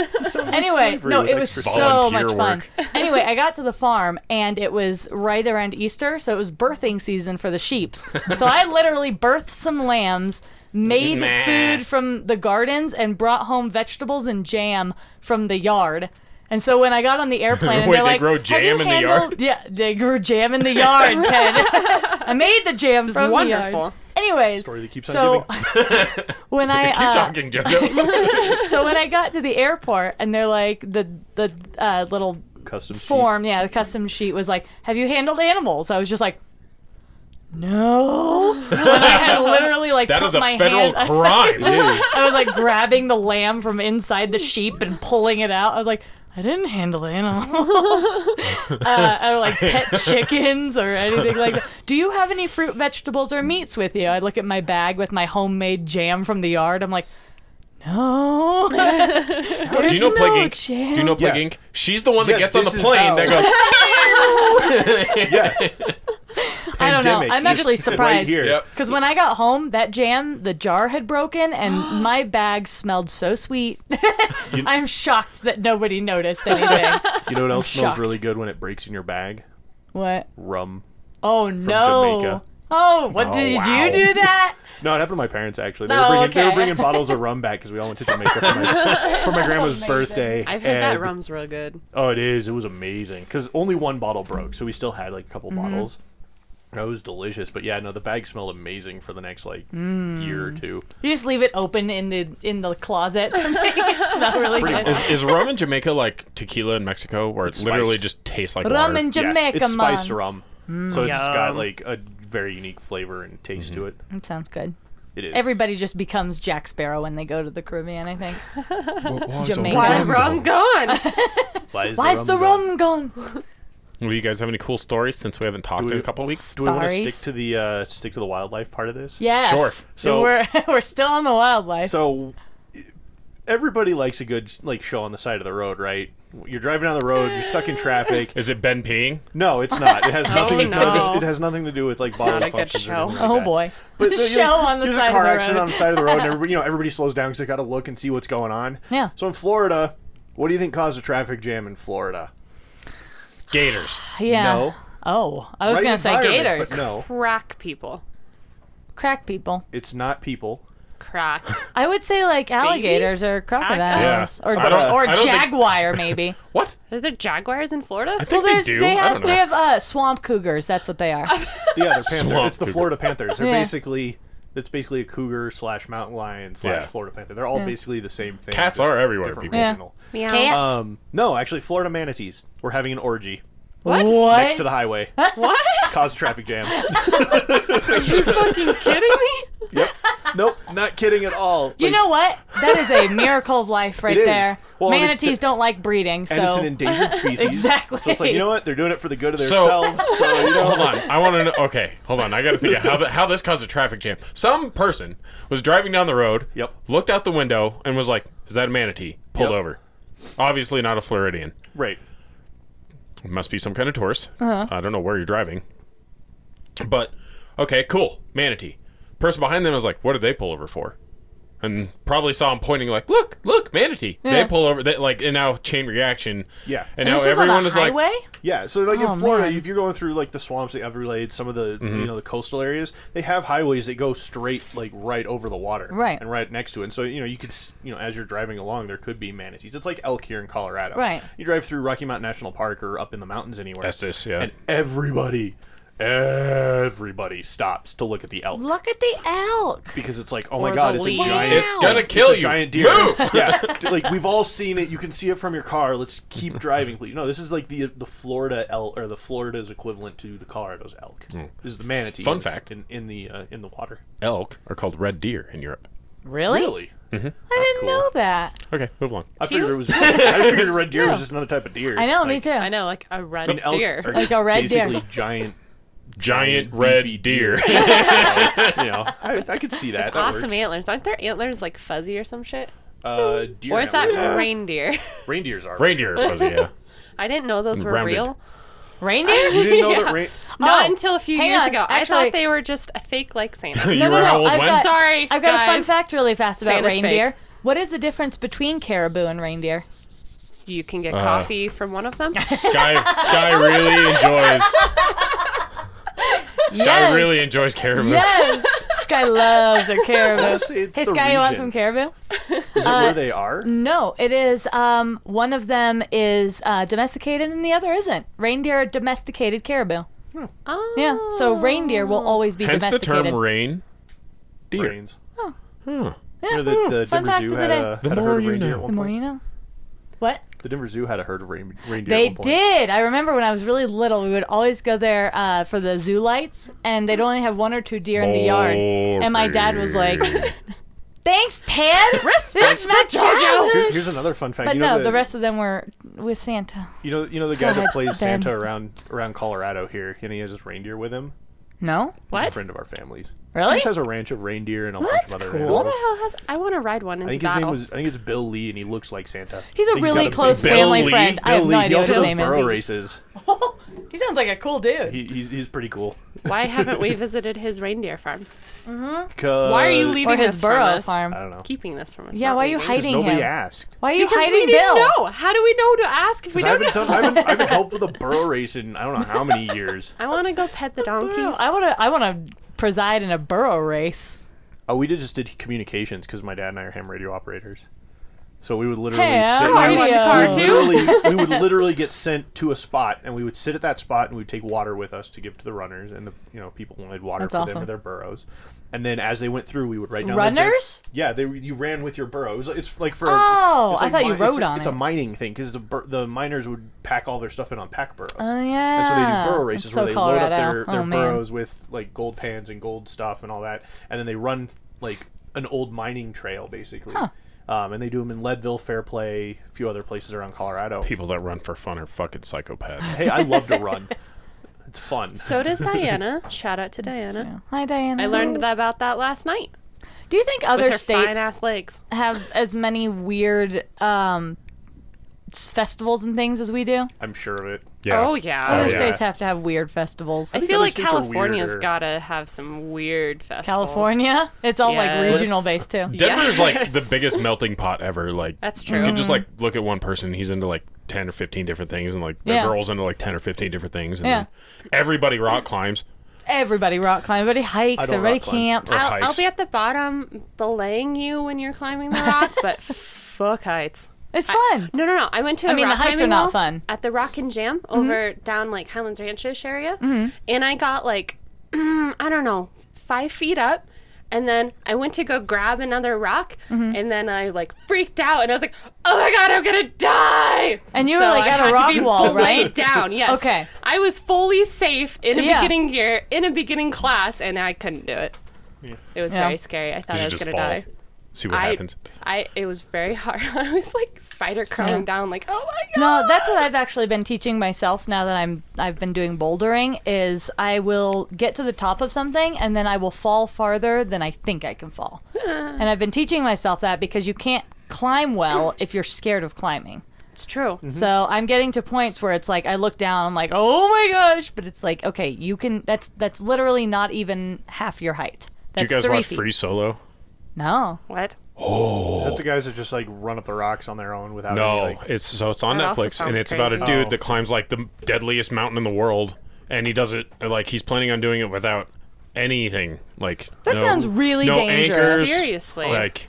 Speaker 4: anyway,
Speaker 3: slavery
Speaker 4: no,
Speaker 3: with
Speaker 4: it was
Speaker 3: extra
Speaker 4: so
Speaker 1: Volunteer
Speaker 4: much fun.
Speaker 1: work. [LAUGHS]
Speaker 4: anyway, I got to the farm and it was right around Easter, so it was birthing season for
Speaker 1: [LAUGHS]
Speaker 4: the sheeps. So I literally birthed some lambs, made
Speaker 1: Nah.
Speaker 4: food from the gardens, and brought home vegetables and jam from the yard. And so when I got
Speaker 1: [LAUGHS]
Speaker 4: on the airplane, and
Speaker 1: Wait,
Speaker 4: they're
Speaker 1: they
Speaker 4: like,
Speaker 1: grow
Speaker 4: "Have you
Speaker 1: jam in the yard?
Speaker 4: handled-" Yeah, they grew jam in the yard, Ted.
Speaker 1: [LAUGHS]
Speaker 4: [LAUGHS] I made the jams
Speaker 2: It's
Speaker 4: from the yard.
Speaker 2: wonderful.
Speaker 4: Anyways,
Speaker 3: Story that keeps on
Speaker 4: so [LAUGHS]
Speaker 1: [LAUGHS]
Speaker 4: when I
Speaker 1: Keep
Speaker 4: uh,
Speaker 1: talking, JoJo.
Speaker 4: so when I got to the airport and they're like the the uh, little
Speaker 3: custom sheet.
Speaker 4: form, yeah, the custom sheet was like, "Have you handled animals?" I was just like, "No." When I had literally like
Speaker 1: That
Speaker 4: put
Speaker 1: is a
Speaker 4: my
Speaker 1: federal
Speaker 4: hand,
Speaker 1: crime.
Speaker 4: I was like grabbing the lamb from inside the sheep and pulling it out. I was like. I didn't handle animals, [LAUGHS] uh, or like pet chickens or anything like that. Do you have any fruit, vegetables, or meats with you? I look at my bag with my homemade jam from the yard. I'm like, no.
Speaker 1: [LAUGHS] Do you know Plague Inc?
Speaker 4: jam.
Speaker 1: Do you know Plague
Speaker 3: Yeah.
Speaker 1: Inc? She's the one that
Speaker 3: Yeah,
Speaker 1: gets on the
Speaker 3: this is
Speaker 1: plane
Speaker 3: how-
Speaker 1: that goes,
Speaker 3: Yeah.
Speaker 4: I don't know.
Speaker 3: Pandemic,
Speaker 4: I'm
Speaker 3: just
Speaker 4: actually
Speaker 3: Right
Speaker 4: surprised.
Speaker 3: here.
Speaker 1: Yep.
Speaker 4: Because when I got home, that jam, the jar had
Speaker 1: [GASPS]
Speaker 4: broken, and my bag smelled so sweet. [LAUGHS] I'm shocked that nobody
Speaker 1: [LAUGHS]
Speaker 4: noticed anything.
Speaker 3: You know what else smells
Speaker 4: shocked.
Speaker 3: really good when it breaks in your bag?
Speaker 4: what?
Speaker 3: Rum.
Speaker 4: Oh no!
Speaker 3: Jamaica.
Speaker 4: Oh, what did
Speaker 1: wow.
Speaker 4: you do that?
Speaker 3: No, it happened to my parents actually. They,
Speaker 4: Oh,
Speaker 3: were, bringing, they were
Speaker 4: okay.
Speaker 3: bringing bottles of rum back because we all went to Jamaica for
Speaker 4: [LAUGHS]
Speaker 3: my, for my grandma's birthday.
Speaker 2: I've heard that
Speaker 3: and-
Speaker 2: rum's real good.
Speaker 3: Oh, it is. It was amazing because only one bottle broke, so we still had like a couple
Speaker 4: Mm-hmm.
Speaker 3: bottles. That was delicious, but yeah, no, the bag smelled amazing for the next like
Speaker 4: Mm.
Speaker 3: year or two.
Speaker 4: You just leave it open in the in the closet to make
Speaker 3: [LAUGHS]
Speaker 4: it smell really
Speaker 3: Pretty
Speaker 4: good.
Speaker 3: much.
Speaker 1: is, is rum in Jamaica like tequila in Mexico, where it literally
Speaker 3: spiced.
Speaker 1: just tastes like
Speaker 4: Rum
Speaker 1: water?
Speaker 4: in Jamaica,
Speaker 3: yeah, it's
Speaker 4: man. Mm,
Speaker 3: spiced rum, so it's got
Speaker 2: Yum.
Speaker 3: like a very unique flavor and taste to it.
Speaker 4: That sounds good.
Speaker 3: It is.
Speaker 4: Everybody just becomes Jack Sparrow when they go to the Caribbean. I think. Jamaica.
Speaker 2: Why
Speaker 4: Rum
Speaker 2: rum gone?
Speaker 4: [LAUGHS]
Speaker 3: Why is
Speaker 4: Why's the
Speaker 3: gone?
Speaker 4: rum gone?
Speaker 1: Well, you guys have any cool stories since we haven't talked
Speaker 3: Do
Speaker 1: in
Speaker 3: we-
Speaker 1: a couple weeks?
Speaker 3: Do we want to stick
Speaker 4: Stories.
Speaker 3: to the uh, stick to the wildlife part of this?
Speaker 4: Yes.
Speaker 1: Sure.
Speaker 3: So-
Speaker 4: we're [LAUGHS] we're still on the wildlife.
Speaker 3: So everybody likes a good like show on the side of the road, right? You're driving down the road, you're stuck in
Speaker 4: Eh.
Speaker 3: traffic.
Speaker 1: Is it Ben peeing?
Speaker 3: No, it's not.
Speaker 4: [LAUGHS]
Speaker 3: It has nothing to do
Speaker 2: no.
Speaker 3: with it has nothing to do with like bodily
Speaker 2: not a good
Speaker 3: functions. or
Speaker 2: show.
Speaker 3: anything like
Speaker 4: oh
Speaker 3: that.
Speaker 4: boy.
Speaker 3: But
Speaker 4: Just
Speaker 3: you know,
Speaker 4: show on the
Speaker 3: there's
Speaker 4: side
Speaker 3: a
Speaker 4: of
Speaker 3: car
Speaker 4: the
Speaker 3: accident
Speaker 4: road.
Speaker 3: on the side of the road, and everybody, you know, everybody slows down because they got to look and see what's going on.
Speaker 4: Yeah.
Speaker 3: So in Florida, What do you think caused a traffic jam in Florida?
Speaker 1: Gators.
Speaker 4: Yeah.
Speaker 3: No.
Speaker 4: Oh, I was
Speaker 3: Right
Speaker 4: gonna say
Speaker 3: environment,
Speaker 4: gators.
Speaker 3: But no,
Speaker 2: Crack people.
Speaker 4: Crack people.
Speaker 3: it's not people.
Speaker 1: [LAUGHS]
Speaker 2: Crack.
Speaker 4: I would say like alligators or crocodiles or
Speaker 1: I don't-
Speaker 4: or
Speaker 1: I don't think- [LAUGHS]
Speaker 4: jaguar maybe.
Speaker 1: What?
Speaker 2: Are there jaguars in Florida?
Speaker 1: I think they
Speaker 4: there's-
Speaker 1: do. I
Speaker 4: have
Speaker 1: don't know.
Speaker 4: they have uh, swamp cougars. That's
Speaker 2: [LAUGHS]
Speaker 4: what they are.
Speaker 3: Yeah, they're panther.
Speaker 1: Swamp
Speaker 3: It's the
Speaker 1: cougar.
Speaker 3: Florida Panthers. They're
Speaker 4: Yeah.
Speaker 3: basically it's basically a cougar slash mountain lion slash
Speaker 1: Yeah.
Speaker 3: Florida panther. They're all basically the same thing.
Speaker 1: Cats
Speaker 3: just
Speaker 1: are everywhere,
Speaker 3: different
Speaker 1: people.
Speaker 4: Yeah.
Speaker 3: regional.
Speaker 2: Meow.
Speaker 4: Cats.
Speaker 3: Um, no, actually, Florida manatees. We're having an orgy
Speaker 4: what?
Speaker 3: next
Speaker 4: [LAUGHS]
Speaker 3: to the highway.
Speaker 2: What?
Speaker 3: Cause a traffic jam.
Speaker 2: fucking kidding
Speaker 1: [LAUGHS]
Speaker 2: me?
Speaker 3: yep. Nope. Not kidding at all.
Speaker 4: you know what? That is
Speaker 1: [LAUGHS]
Speaker 4: a miracle of life right
Speaker 3: It is.
Speaker 4: there.
Speaker 3: Well, and it-
Speaker 4: Manatees don't like breeding, so
Speaker 3: and it's an
Speaker 4: [LAUGHS]
Speaker 3: endangered species.
Speaker 4: Exactly.
Speaker 3: So it's like you know what? They're doing it for the good of
Speaker 1: So-
Speaker 3: themselves. So, you know,
Speaker 1: [LAUGHS] hold on. I want to know. Okay, hold on. I got to figure out how, the, how this caused a traffic jam. Some person was driving down the road,
Speaker 3: Yep.
Speaker 1: looked out the window, and was like, Is that a manatee? Pulled
Speaker 3: Yep.
Speaker 1: over. Obviously, not a Floridian.
Speaker 3: right.
Speaker 1: Must be some kind of tourist.
Speaker 4: Uh-huh.
Speaker 1: I don't know where you're driving. But, okay, cool. Manatee. Person behind them was like, What did they pull over for? And probably saw him pointing like, "Look, look, manatee."
Speaker 4: Yeah.
Speaker 1: They pull over, they, like, and now chain reaction.
Speaker 3: Yeah.
Speaker 1: and,
Speaker 4: This
Speaker 1: now
Speaker 4: was
Speaker 1: everyone
Speaker 4: on a
Speaker 1: is like,
Speaker 4: highway?
Speaker 3: Yeah, so like
Speaker 4: Oh,
Speaker 3: in Florida,
Speaker 4: man.
Speaker 3: if you're going through like the swamps, the Everglades, some of the
Speaker 1: Mm-hmm.
Speaker 3: you know the coastal areas, they have highways that go straight like right over the water,
Speaker 4: Right.
Speaker 3: and right next to it. And so you know you could s- you know as you're driving along, there could be manatees. It's like elk here in Colorado,
Speaker 4: Right.
Speaker 3: You drive through Rocky Mountain National Park or up in the mountains anywhere,
Speaker 1: Estes, yeah.
Speaker 3: and everybody, everybody stops to look at the elk
Speaker 4: Look at the elk.
Speaker 3: because it's like, oh my
Speaker 2: Or
Speaker 3: god,
Speaker 2: the
Speaker 3: it's a
Speaker 2: leaves.
Speaker 3: giant,
Speaker 1: "It's
Speaker 4: Ow.
Speaker 1: gonna
Speaker 4: It's
Speaker 1: kill
Speaker 3: it's a
Speaker 1: you."
Speaker 3: giant deer.
Speaker 1: Move!
Speaker 3: [LAUGHS]
Speaker 1: [LAUGHS]
Speaker 3: yeah, d- like we've all seen it. You can see it from your car. Let's keep driving, please. No, this is like the the Florida elk or the Florida's equivalent to the Colorado's elk. This is the manatee.
Speaker 1: Hmm. Fun fact.
Speaker 3: in, in the uh, in the water.
Speaker 1: elk are called red deer in Europe.
Speaker 4: Really?
Speaker 3: Really,
Speaker 4: I didn't know that.
Speaker 1: Okay, move along.
Speaker 3: I figured it
Speaker 4: [LAUGHS]
Speaker 3: was. [LAUGHS] I figured a red deer was just another type of deer.
Speaker 4: I know, me
Speaker 3: Like,
Speaker 4: too.
Speaker 2: I know, like a red
Speaker 3: an elk
Speaker 2: deer.
Speaker 3: are
Speaker 4: Like a red deer.
Speaker 3: basically giant.
Speaker 1: giant
Speaker 3: red
Speaker 1: red
Speaker 3: beefy deer.
Speaker 1: deer. [LAUGHS]
Speaker 3: You know, I, I could see that. that
Speaker 2: [LAUGHS] awesome
Speaker 3: works.
Speaker 2: antlers. Aren't their antlers like fuzzy or some shit?
Speaker 3: Uh, deer
Speaker 2: Or is that
Speaker 3: antlers.
Speaker 2: reindeer? [LAUGHS]
Speaker 3: reindeers are
Speaker 1: Reindeer fuzzy, yeah.
Speaker 2: I didn't know those were
Speaker 1: Rounded.
Speaker 2: real.
Speaker 4: Reindeer?
Speaker 3: You didn't know
Speaker 4: [LAUGHS]
Speaker 3: that rein-
Speaker 2: [LAUGHS] Not
Speaker 4: Oh,
Speaker 2: until a few
Speaker 4: hang
Speaker 2: years
Speaker 4: on,
Speaker 2: ago. I
Speaker 4: actually-
Speaker 2: thought they were just a
Speaker 3: [LAUGHS]
Speaker 2: fake like Santa.
Speaker 1: you
Speaker 4: no,
Speaker 1: were
Speaker 4: no,
Speaker 1: how old
Speaker 4: I've
Speaker 1: when?
Speaker 4: got-
Speaker 2: Sorry,
Speaker 4: I've got a fun
Speaker 2: guys.
Speaker 4: fact really fast about
Speaker 2: Santa's fake.
Speaker 4: reindeer. What is the difference between caribou and reindeer?
Speaker 2: You can
Speaker 3: Uh,
Speaker 2: get coffee from one of [LAUGHS] them.
Speaker 1: Sky Sky really enjoys Sky really enjoys caribou.
Speaker 4: Yes. [LAUGHS] Sky loves her caribou.
Speaker 3: Honestly, it's
Speaker 4: hey,
Speaker 3: the
Speaker 4: Sky, you want
Speaker 3: region.
Speaker 4: some Uh, caribou?
Speaker 3: Is it where they are?
Speaker 4: No, it is. Um, one of them is uh, domesticated and the other isn't. Reindeer are domesticated caribou.
Speaker 3: Hmm.
Speaker 2: Oh.
Speaker 4: Yeah, so reindeer will always be
Speaker 1: Hence the
Speaker 4: domesticated.
Speaker 1: term rain deer.
Speaker 3: Brains.
Speaker 1: Huh.
Speaker 4: Yeah.
Speaker 3: You know that the
Speaker 4: Fun
Speaker 3: Denver
Speaker 4: fact
Speaker 3: Zoo
Speaker 4: of the
Speaker 3: had
Speaker 4: day.
Speaker 3: a,
Speaker 1: The
Speaker 3: had a
Speaker 1: more
Speaker 3: herd of
Speaker 1: you
Speaker 3: reindeer
Speaker 1: know.
Speaker 3: at
Speaker 4: the
Speaker 3: one
Speaker 4: more
Speaker 3: point.
Speaker 4: you know. What?
Speaker 3: The Denver Zoo had a herd of rein- reindeer.
Speaker 4: They
Speaker 3: at one point.
Speaker 4: did. I remember when I was really little, we would always go there uh, for the zoo lights, and they'd only have one or two deer in the yard. And my dad was like, "Thanks, Pan. Respect my
Speaker 3: Here-
Speaker 4: childhood."
Speaker 3: Here's another fun fact.
Speaker 4: But
Speaker 3: you know
Speaker 4: no, the, rest of them were with Santa.
Speaker 3: You know, you know the guy
Speaker 4: God,
Speaker 3: that plays
Speaker 4: Ben.
Speaker 3: Santa around around Colorado here, and he has his reindeer with him.
Speaker 4: No,
Speaker 3: He's a
Speaker 2: What?
Speaker 3: friend of our family's. He
Speaker 4: really?
Speaker 3: just has a ranch of reindeer and a bunch
Speaker 4: That's
Speaker 3: of other
Speaker 4: cool.
Speaker 2: What the
Speaker 3: animals.
Speaker 2: hell has? I want to ride one
Speaker 3: I
Speaker 2: into
Speaker 3: think his
Speaker 2: battle.
Speaker 3: name was. I think it's Bill Lee, and he looks like Santa.
Speaker 4: He's a
Speaker 3: I think he's
Speaker 4: really
Speaker 3: got
Speaker 4: close
Speaker 1: Bill
Speaker 4: family
Speaker 1: Lee.
Speaker 4: friend. I
Speaker 3: Bill
Speaker 4: have
Speaker 3: Lee.
Speaker 4: no
Speaker 3: he
Speaker 4: idea what
Speaker 3: also
Speaker 4: his
Speaker 3: does
Speaker 4: name
Speaker 3: burro
Speaker 4: is.
Speaker 3: races.
Speaker 2: [LAUGHS]
Speaker 4: he sounds like a cool dude.
Speaker 3: He, he's, he's pretty cool. [LAUGHS]
Speaker 2: Why haven't we visited his reindeer farm?
Speaker 3: Why Uh,
Speaker 2: Why are you leaving
Speaker 4: or
Speaker 2: this
Speaker 4: his
Speaker 2: from
Speaker 4: burro
Speaker 2: us?
Speaker 4: farm.
Speaker 3: I don't know.
Speaker 2: Keeping this from us.
Speaker 4: Yeah,
Speaker 2: not
Speaker 4: why are you
Speaker 2: leaving.
Speaker 4: hiding
Speaker 3: Nobody
Speaker 4: him?
Speaker 3: asked.
Speaker 4: Why are you
Speaker 2: Because
Speaker 4: hiding
Speaker 2: we didn't
Speaker 4: Bill?
Speaker 2: know. How do we know to ask if we
Speaker 3: Because I
Speaker 2: don't know?
Speaker 3: haven't done. I haven't, I haven't
Speaker 4: [LAUGHS]
Speaker 3: helped with a burro race in I don't know how many years.
Speaker 2: [LAUGHS] I want to go pet the donkeys.
Speaker 4: I want to. I want to preside in a burro race.
Speaker 3: Oh, we did just did communications because my dad and I are ham radio operators. So we would literally
Speaker 4: Hey,
Speaker 3: sit.
Speaker 4: I'm
Speaker 3: we would-
Speaker 4: radio.
Speaker 3: we would
Speaker 4: Car
Speaker 3: literally,
Speaker 4: [LAUGHS]
Speaker 3: we would literally get sent to a spot, and we would sit at that spot, and we'd take water with us to give to the runners, and the you know people wanted water
Speaker 4: That's
Speaker 3: for them
Speaker 4: awesome.
Speaker 3: or their burros. And then as they went through, we would write down their big-
Speaker 4: Runners?
Speaker 3: yeah, they you ran with your burro. It was, it's like for
Speaker 4: Oh,
Speaker 3: it's
Speaker 4: I
Speaker 3: like
Speaker 4: thought you
Speaker 3: mi- it's
Speaker 4: rode
Speaker 3: a-
Speaker 4: on
Speaker 3: It's
Speaker 4: it.
Speaker 3: a mining thing because the bur- the miners would pack all their stuff in on pack burros.
Speaker 4: Oh
Speaker 3: And so they
Speaker 4: yeah.
Speaker 3: do burro races
Speaker 4: so
Speaker 3: where they load
Speaker 4: Colorado.
Speaker 3: up their, their
Speaker 4: oh, man.
Speaker 3: burros with like gold pans and gold stuff and all that, and then they run like an old mining trail basically. Um, and they do them in Leadville, Fairplay, a few other places around Colorado.
Speaker 1: People that run for fun are fucking psychopaths.
Speaker 3: [LAUGHS] Hey, I
Speaker 1: [LAUGHS]
Speaker 3: love to run. It's fun.
Speaker 2: so does Diana. Shout out to Diana.
Speaker 4: Hi, Diana.
Speaker 2: I learned that about that last night
Speaker 4: Do you think
Speaker 2: with
Speaker 4: other
Speaker 2: her fine
Speaker 4: states
Speaker 2: ass legs.
Speaker 4: have as many weird um, s- festivals and things as we do?
Speaker 3: I'm sure of it.
Speaker 1: Yeah.
Speaker 2: Oh yeah.
Speaker 4: Other
Speaker 1: yeah.
Speaker 4: states have to have weird festivals.
Speaker 2: I
Speaker 3: think
Speaker 2: feel
Speaker 3: other
Speaker 2: like
Speaker 3: states are
Speaker 2: California's
Speaker 3: weirder.
Speaker 2: gotta have some weird festivals.
Speaker 4: California, it's all
Speaker 2: Yes.
Speaker 4: like regional based too.
Speaker 1: Denver
Speaker 2: Yeah.
Speaker 1: is like the biggest melting pot ever. Like
Speaker 2: That's
Speaker 1: You
Speaker 2: true.
Speaker 1: can just like look at one person. He's into like ten or fifteen different things, and like the
Speaker 4: Yeah.
Speaker 1: girls into like ten or fifteen different things. And
Speaker 4: Yeah.
Speaker 1: then everybody rock climbs.
Speaker 4: Everybody rock climbs, everybody hikes,
Speaker 3: I don't
Speaker 4: everybody
Speaker 3: rock climb.
Speaker 4: camps.
Speaker 1: Or-
Speaker 2: I'll, I'll
Speaker 1: hikes.
Speaker 2: be at the bottom belaying you when you're climbing the rock, [LAUGHS] but fuck heights.
Speaker 4: It's fun.
Speaker 2: No, no, no. I went to. a
Speaker 4: I mean, the
Speaker 2: rock
Speaker 4: hikes are
Speaker 2: climbing
Speaker 4: not
Speaker 2: wall
Speaker 4: fun. Mm-hmm.
Speaker 2: At the Rock and Jam over down like Highlands Ranchish area, and I got like [CLEARS THROAT] I don't know five feet up, and then I went to go grab another rock,
Speaker 4: Mm-hmm.
Speaker 2: and then I like freaked out, and I was like, "Oh my god, I'm gonna die!"
Speaker 4: And you were, like, at a
Speaker 2: a
Speaker 4: rock wall, right?
Speaker 2: Down, yes.
Speaker 4: Okay.
Speaker 2: I was fully safe in a
Speaker 4: Yeah.
Speaker 2: beginning year in a beginning class, and I couldn't do it. It was
Speaker 4: Yeah.
Speaker 2: very scary. I thought
Speaker 1: You
Speaker 2: I
Speaker 1: should
Speaker 2: was
Speaker 1: just
Speaker 2: gonna
Speaker 1: fall.
Speaker 2: die.
Speaker 1: See what
Speaker 2: I,
Speaker 1: happens.
Speaker 2: I it was very hard. [LAUGHS] I was like spider crawling down, like oh my god.
Speaker 4: No, that's what I've actually been teaching myself now that I'm I've been doing bouldering is I will get to the top of something and then I will fall farther than I think I
Speaker 2: [LAUGHS]
Speaker 4: can fall. and I've been teaching myself that because you can't climb well if you're scared of climbing.
Speaker 2: It's true.
Speaker 3: Hmm.
Speaker 1: Mm-hmm.
Speaker 4: So I'm getting to points where it's like I look down, I'm like, "Oh my gosh," but it's like, "Okay, you can that's that's literally not even half your height."
Speaker 1: Do you
Speaker 4: That's
Speaker 1: guys
Speaker 4: three
Speaker 1: watch
Speaker 4: feet.
Speaker 1: Free Solo?
Speaker 4: No.
Speaker 2: What?
Speaker 3: Is that the guys that just like run up the rocks on their own without
Speaker 1: Oh. No,
Speaker 3: any, like,
Speaker 1: it's so it's on
Speaker 2: That also
Speaker 1: Netflix, and
Speaker 2: sounds
Speaker 1: it's about a
Speaker 2: crazy.
Speaker 1: dude
Speaker 3: Oh.
Speaker 1: that climbs like the deadliest mountain in the world, and he does it like he's planning on doing it without anything. Like
Speaker 4: That
Speaker 1: no-
Speaker 4: sounds really
Speaker 1: no
Speaker 4: dangerous.
Speaker 1: anchors,
Speaker 2: Seriously.
Speaker 1: like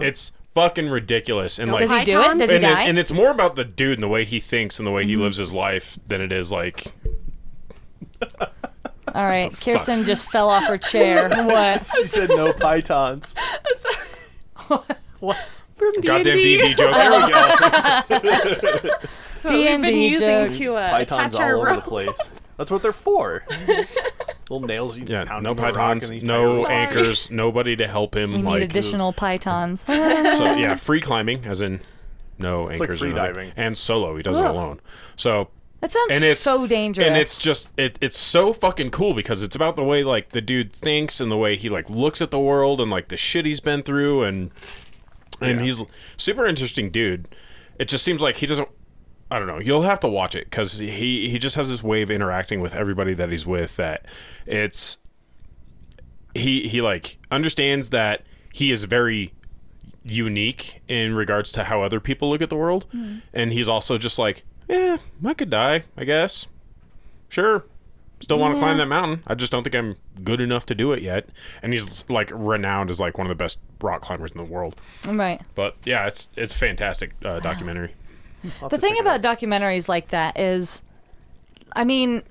Speaker 1: it's fucking ridiculous. And like
Speaker 4: Does he do it?
Speaker 2: Pythons?
Speaker 4: Does he
Speaker 1: and, it-
Speaker 4: die?
Speaker 1: and it's more about the dude and the way he thinks and the way he lives his life than it is like
Speaker 4: All right. Kirsten just fell off her
Speaker 1: [LAUGHS]
Speaker 4: chair. what?
Speaker 3: she said no pythons.
Speaker 1: goddamn DD joke.
Speaker 3: There we go.
Speaker 2: That's what we've been
Speaker 4: D&D
Speaker 2: using
Speaker 4: joke.
Speaker 2: to uh, attach
Speaker 3: pythons all
Speaker 2: our
Speaker 3: over the
Speaker 2: rope.
Speaker 3: place. That's what they're for. Little nails you
Speaker 1: Yeah,
Speaker 3: pound
Speaker 1: no
Speaker 3: into a rock
Speaker 1: pythons,
Speaker 3: and the entire
Speaker 1: no
Speaker 3: rock-
Speaker 1: anchors, nobody to help him.
Speaker 4: We
Speaker 1: like
Speaker 4: need additional pythons. [LAUGHS]
Speaker 1: so yeah, free climbing, as in no
Speaker 3: like
Speaker 1: anchors. or
Speaker 3: free
Speaker 1: nothing.
Speaker 3: diving.
Speaker 1: and solo. He does it
Speaker 2: Ugh.
Speaker 1: alone. So
Speaker 4: That sounds
Speaker 1: and it's
Speaker 4: so dangerous.
Speaker 1: And it's just it, it's so fucking cool because it's about the way like the dude thinks and the way he like looks at the world and like the shit he's been through and and he's super interesting dude. It just seems like he doesn't. I don't know. You'll have to watch it because he he just has this way of interacting with everybody that he's with that it's he he like understands that he is very unique in regards to how other people look at the world
Speaker 4: Mm-hmm.
Speaker 1: and he's also just like yeah i could die i guess sure still want to climb that mountain i just don't think i'm good enough to do it yet and he's like renowned as like one of the best rock climbers in the world
Speaker 4: right.
Speaker 1: but yeah it's it's fantastic uh,
Speaker 4: [LAUGHS]
Speaker 1: documentary
Speaker 3: I'll have
Speaker 4: The
Speaker 3: to
Speaker 4: thing
Speaker 3: check it out.
Speaker 4: about documentaries like that is, I mean,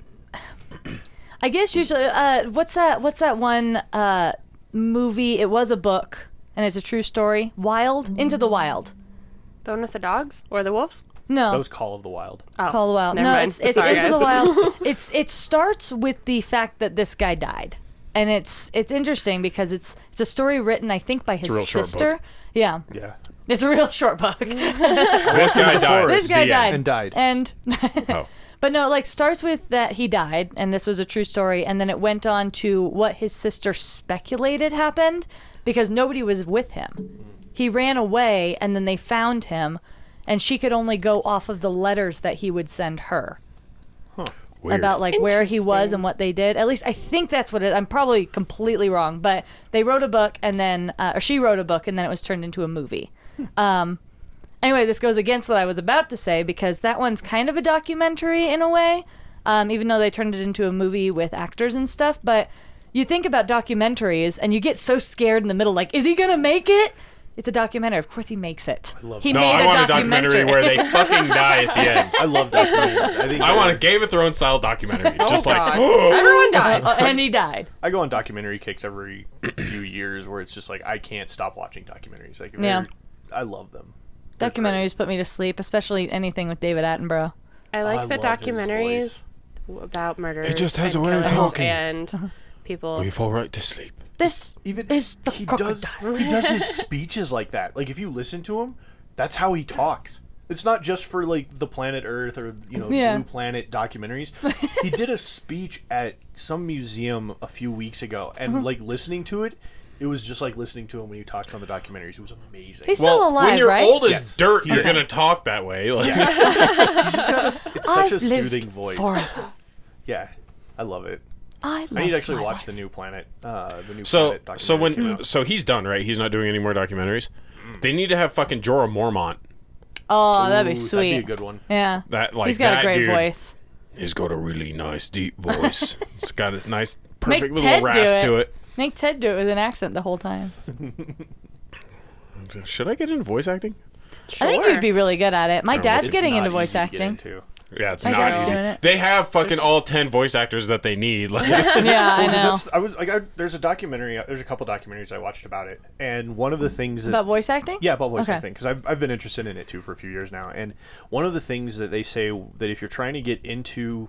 Speaker 4: I guess usually, uh, what's that? What's that one uh, movie? It was a book, and it's a true story.
Speaker 2: Mm-hmm.
Speaker 4: Wild, Into the Wild.
Speaker 2: The one with the dogs or the wolves?
Speaker 4: No,
Speaker 3: that was Call of the Wild.
Speaker 2: Oh,
Speaker 4: Call of the Wild.
Speaker 2: never
Speaker 4: no,
Speaker 2: mind.
Speaker 4: it's it's
Speaker 2: Sorry,
Speaker 4: Into the
Speaker 2: guys. [LAUGHS]
Speaker 4: Wild. It's it starts with the fact that this guy died, and it's it's interesting because it's it's a story written, I think, by his
Speaker 1: a real short
Speaker 4: sister.
Speaker 1: book.
Speaker 4: Yeah,
Speaker 3: Yeah,
Speaker 4: it's a real short book.
Speaker 2: Mm.
Speaker 4: this
Speaker 1: this guy died
Speaker 3: forest. This
Speaker 4: guy
Speaker 1: The
Speaker 4: died
Speaker 1: end.
Speaker 3: And died.
Speaker 4: and. [LAUGHS]
Speaker 1: oh
Speaker 4: But no, it, like starts with that he died, and this was a true story, and then it went on to what his sister speculated happened because nobody was with him. He ran away, and then they found him, and she could only go off of the letters that he would send her
Speaker 1: weird.
Speaker 4: about like where he was
Speaker 2: Interesting.
Speaker 4: and what they did. At least I think that's what it. I'm probably completely wrong, but they wrote a book and then, uh, or she wrote a book and then it was turned into a movie. Um, anyway, this goes against what I was about to say because that one's kind of a documentary in a way, um, even though they turned it into a movie with actors and stuff. But you think about documentaries and you get so scared in the middle, like, is he gonna make it? It's a documentary. Of course, he makes it. he
Speaker 1: no Oh, i want a documentary where
Speaker 4: [LAUGHS]
Speaker 1: they fucking die at the end
Speaker 3: I love documentaries. I think
Speaker 1: i want a game of thrones style
Speaker 4: [LAUGHS]
Speaker 1: documentary just like [GASPS]
Speaker 2: everyone dies.
Speaker 4: Oh, and he died.
Speaker 3: I go on documentary kicks every few years where it's just like I can't stop watching documentaries. Like
Speaker 4: Yeah.
Speaker 3: they're- I love them. They're great.
Speaker 4: Documentaries put me to sleep, especially anything with David Attenborough.
Speaker 2: I like
Speaker 3: I
Speaker 2: the
Speaker 3: love his
Speaker 2: documentaries
Speaker 3: voice.
Speaker 2: about murder.
Speaker 1: just has
Speaker 2: and
Speaker 1: a way of
Speaker 2: killers
Speaker 1: talking.
Speaker 4: [LAUGHS]
Speaker 2: And people.
Speaker 1: we fall right to sleep
Speaker 4: This
Speaker 3: Even
Speaker 4: is the
Speaker 3: he does
Speaker 4: crocodile.
Speaker 3: he does
Speaker 4: [LAUGHS]
Speaker 3: his speeches like that. Like if you listen to him, that's how he talks. It's not just for like the planet Earth or you know
Speaker 4: Yeah.
Speaker 3: Blue Planet documentaries.
Speaker 4: Uh-huh.
Speaker 3: he did a speech at some museum a few weeks ago, and like listening to it, it was just like listening to him when you talked on the documentaries. It was amazing.
Speaker 4: He's
Speaker 1: well,
Speaker 4: still alive,
Speaker 1: when you're
Speaker 4: right?
Speaker 1: old as
Speaker 3: Yes.
Speaker 1: dirt,
Speaker 3: He is.
Speaker 1: you're gonna talk that way. Like,
Speaker 3: He's just got a s it's such
Speaker 4: I've
Speaker 3: a
Speaker 4: lived
Speaker 3: soothing voice.
Speaker 4: forever.
Speaker 3: Yeah, I love it.
Speaker 4: I, love
Speaker 3: I need to actually
Speaker 4: Oh, my Mm,
Speaker 3: watch
Speaker 4: life.
Speaker 3: the new planet. Uh, the new
Speaker 1: So,
Speaker 3: planet documentary
Speaker 1: so
Speaker 3: came
Speaker 1: when,
Speaker 3: out. Mm.
Speaker 1: so he's done, right? He's not doing any more documentaries. They need to have fucking Jorah Mormont.
Speaker 4: Oh, that'd be
Speaker 3: Ooh,
Speaker 4: sweet.
Speaker 3: That'd be a good one.
Speaker 4: Yeah.
Speaker 1: That like
Speaker 4: He's got
Speaker 1: that
Speaker 4: a great
Speaker 1: dude,
Speaker 4: voice.
Speaker 1: He's got a really nice deep voice.
Speaker 3: [LAUGHS]
Speaker 1: it's got a nice,
Speaker 4: Make
Speaker 1: perfect
Speaker 4: Ted
Speaker 1: little
Speaker 4: do
Speaker 1: rasp
Speaker 4: it.
Speaker 1: to it.
Speaker 4: Make Ted do it with an accent the whole time.
Speaker 1: Should I get into voice acting?
Speaker 4: I think
Speaker 2: Sure.
Speaker 4: you'd be really good at it. My dad's
Speaker 3: It's
Speaker 4: getting
Speaker 3: not
Speaker 4: into
Speaker 3: easy
Speaker 4: voice
Speaker 3: to get
Speaker 4: acting.
Speaker 3: into.
Speaker 1: Yeah, it's
Speaker 4: I
Speaker 1: not
Speaker 4: don't
Speaker 1: easy.
Speaker 4: know.
Speaker 1: They have fucking all ten voice actors that they need.
Speaker 4: [LAUGHS]
Speaker 1: Like,
Speaker 4: [LAUGHS] Yeah, I
Speaker 3: Because
Speaker 4: know.
Speaker 3: that's- I was like, I, there's a documentary. There's a couple documentaries I watched about it, and one of the things that
Speaker 4: About voice acting?
Speaker 3: yeah about voice
Speaker 4: Okay.
Speaker 3: acting because I've I've been interested in it too for a few years now, and one of the things that they say that if you're trying to get into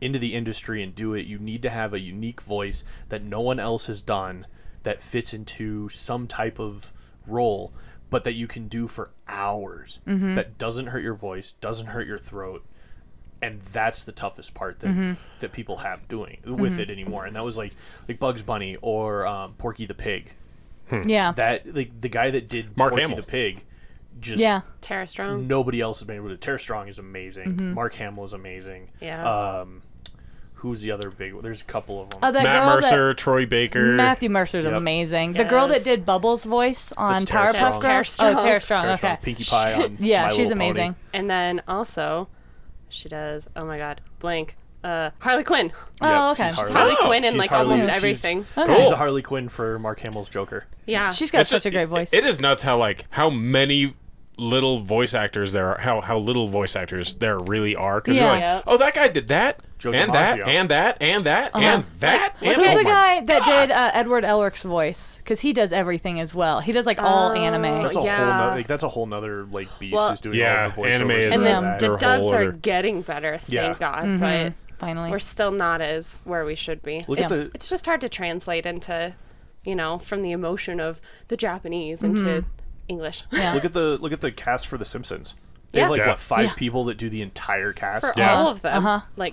Speaker 3: into the industry and do it, you need to have a unique voice that no one else has done that fits into some type of role, but that you can do for hours that doesn't hurt your voice, doesn't hurt your throat, and that's the toughest part that that people have doing with it anymore. And that was like like Bugs Bunny or um, Porky the Pig. Hmm.
Speaker 4: Yeah.
Speaker 3: That like the guy that did
Speaker 1: Mark
Speaker 3: Porky
Speaker 1: Hamill.
Speaker 3: the Pig, just
Speaker 4: yeah.
Speaker 2: Tara Strong.
Speaker 3: nobody else has been able to. Tara Strong is amazing.
Speaker 2: Mm-hmm.
Speaker 3: Mark Hamill is amazing.
Speaker 2: Yeah.
Speaker 3: Um, who's the other big? one? There's a couple of them.
Speaker 4: Oh, that
Speaker 1: Matt
Speaker 4: girl
Speaker 1: Mercer, Troy Baker.
Speaker 4: That, Matthew Mercer's
Speaker 3: Yep.
Speaker 4: amazing. The girl that
Speaker 2: Yes.
Speaker 4: did Bubbles' voice on
Speaker 3: That's Tara
Speaker 4: Powerpuff
Speaker 3: Strong.
Speaker 4: Girls.
Speaker 2: That's Tara
Speaker 4: Oh, Tara Strong.
Speaker 3: Tara Strong,
Speaker 4: okay.
Speaker 3: Pinkie Pie on
Speaker 4: yeah,
Speaker 3: My
Speaker 4: she's
Speaker 3: Little Pony.
Speaker 4: amazing.
Speaker 2: And then also, she does. Oh my God, blank. Uh, Harley Quinn.
Speaker 4: Oh,
Speaker 3: Yep,
Speaker 4: okay.
Speaker 3: she's Harley.
Speaker 2: Harley Quinn in
Speaker 3: She's
Speaker 2: like
Speaker 3: Harley-
Speaker 2: almost
Speaker 3: she's-
Speaker 2: everything.
Speaker 3: She's
Speaker 1: Cool.
Speaker 3: the Harley Quinn for Mark Hamill's Joker.
Speaker 2: Yeah.
Speaker 4: She's got
Speaker 1: It's
Speaker 4: such a great
Speaker 1: it-
Speaker 4: voice.
Speaker 1: It is nuts how like how many little voice actors there are. How how little voice actors there really are. Because
Speaker 4: Yeah.
Speaker 1: you're like,
Speaker 2: Yep.
Speaker 1: oh, that guy did that,
Speaker 3: Joe
Speaker 1: and that,
Speaker 3: DiMaggio.
Speaker 1: and that, and that,
Speaker 4: Uh-huh.
Speaker 1: and that. and
Speaker 4: There's
Speaker 1: oh
Speaker 4: a
Speaker 1: my-
Speaker 4: guy that did uh, Edward Elric's voice because he does everything as well. He does like all anime.
Speaker 3: That's a whole
Speaker 2: Yeah.
Speaker 3: nother, like, that's a whole nother like beast
Speaker 2: Well-
Speaker 3: is doing
Speaker 1: Yeah,
Speaker 3: all the voiceovers
Speaker 1: anime is
Speaker 3: for
Speaker 2: and
Speaker 4: Yeah.
Speaker 2: then
Speaker 3: that.
Speaker 1: Their
Speaker 2: the
Speaker 1: whole
Speaker 2: dubs
Speaker 1: other-
Speaker 2: are getting better, thank
Speaker 3: Yeah.
Speaker 2: God.
Speaker 4: Mm-hmm.
Speaker 2: But
Speaker 4: Finally,
Speaker 2: we're still not as where we should be.
Speaker 3: Look at
Speaker 2: It's-
Speaker 3: the-
Speaker 2: It's just hard to translate into, you know, from the emotion of the Japanese into English.
Speaker 4: Mm-hmm. Yeah.
Speaker 3: Look at the look at the cast for The Simpsons. They have
Speaker 2: Yeah.
Speaker 3: like
Speaker 1: Yeah.
Speaker 3: what five people that do the entire cast.
Speaker 2: [LAUGHS] For
Speaker 1: Yeah.
Speaker 2: all of them,
Speaker 4: Uh-huh.
Speaker 2: like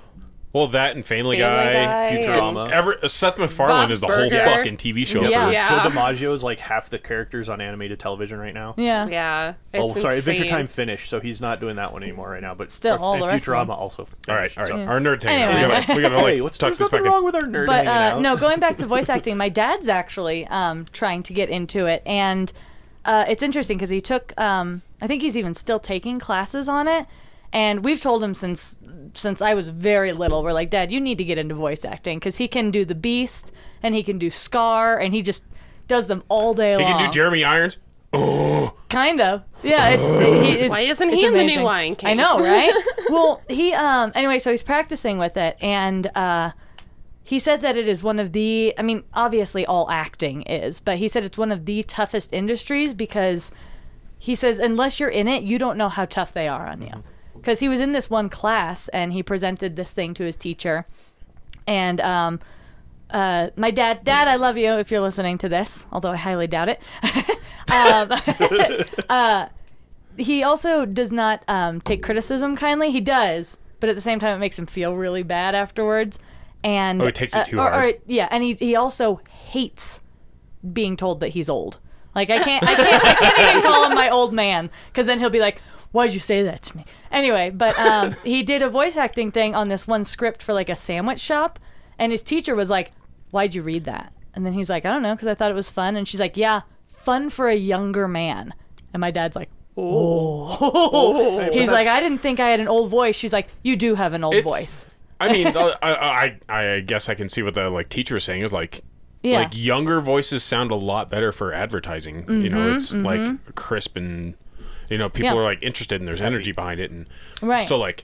Speaker 1: Well, that and Family,
Speaker 2: Family Guy,
Speaker 1: Guy.
Speaker 3: Futurama.
Speaker 1: Every, uh, Seth MacFarlane
Speaker 2: Bob's
Speaker 1: is the
Speaker 2: Burger.
Speaker 1: whole fucking TV show.
Speaker 4: Yeah.
Speaker 1: for-
Speaker 2: Yeah.
Speaker 3: Uh, Joe DiMaggio is like half the characters on animated television right now.
Speaker 4: yeah.
Speaker 2: and- yeah. It's
Speaker 3: oh, sorry, Adventure
Speaker 2: insane.
Speaker 3: Time finished, so he's not doing that one anymore right now. But
Speaker 4: Still,
Speaker 3: and
Speaker 4: all the rest of
Speaker 3: Futurama
Speaker 4: them.
Speaker 3: also.
Speaker 1: All right, all right.
Speaker 3: finished,
Speaker 1: Our nerd thing.
Speaker 4: Anyway.
Speaker 1: We gotta, we gotta
Speaker 3: so-
Speaker 1: like,
Speaker 3: Hey, what's
Speaker 1: tuck
Speaker 3: there's
Speaker 1: this back
Speaker 3: nothing
Speaker 1: in.
Speaker 3: wrong with our nerd
Speaker 4: But
Speaker 3: hanging
Speaker 4: uh,
Speaker 3: out.
Speaker 4: no, going back to voice acting, my dad's actually um, trying to get into it, and uh, it's interesting because he took. Um, I think he's even still taking classes on it, and we've told him since since I was very little. We're like, Dad, you need to get into voice acting because he can do the Beast and he can do Scar, and he just does them all day
Speaker 1: He
Speaker 4: long.
Speaker 1: can do Jeremy Irons. Oh,
Speaker 4: Kind of. Yeah. It's, he, it's
Speaker 2: Why isn't
Speaker 4: it's
Speaker 2: he in the new
Speaker 4: amazing.
Speaker 2: Lion King?
Speaker 4: I
Speaker 2: [LAUGHS]
Speaker 4: know, right? well, he um. Anyway, so he's practicing with it, and uh, he said that it is one of the. I mean, obviously, all acting is, but he said it's one of the toughest industries because he says unless you're in it, you don't know how tough they are on you. Because he was in this one class and he presented this thing to his teacher, and um, uh, my dad, Dad, I love you if you're listening to this, although I highly doubt it. [LAUGHS] um, [LAUGHS] uh, he also does not um, take criticism kindly. He does, but at the same time, it makes him feel really bad afterwards. And uh,
Speaker 1: Oh, he takes it too
Speaker 4: or- or-
Speaker 1: hard.
Speaker 4: yeah, and he, he also hates being told that he's old. Like I can't, I can't, I can't even call him my old man because then he'll be like, "Why'd you say that to me?" Anyway, but um, he did a voice acting thing on this one script for like a sandwich shop, and his teacher was like, "Why'd you read that?" And then he's like, "I don't know, because I thought it was fun." And she's like, "Yeah, fun for a younger man." And my dad's like, "Oh."
Speaker 3: but
Speaker 4: he's like,
Speaker 3: that's-
Speaker 4: "I didn't think I had an old voice." She's like, "You do have an old
Speaker 1: It's-
Speaker 4: voice."
Speaker 1: I mean, I, I, I, I guess I can see what the like teacher is saying is like.
Speaker 4: Yeah.
Speaker 1: Like younger voices sound a lot better for advertising. you know, it's like crisp and you know people
Speaker 4: Mm-hmm, Yeah.
Speaker 1: are like interested and there's energy behind it and
Speaker 4: Right.
Speaker 1: So like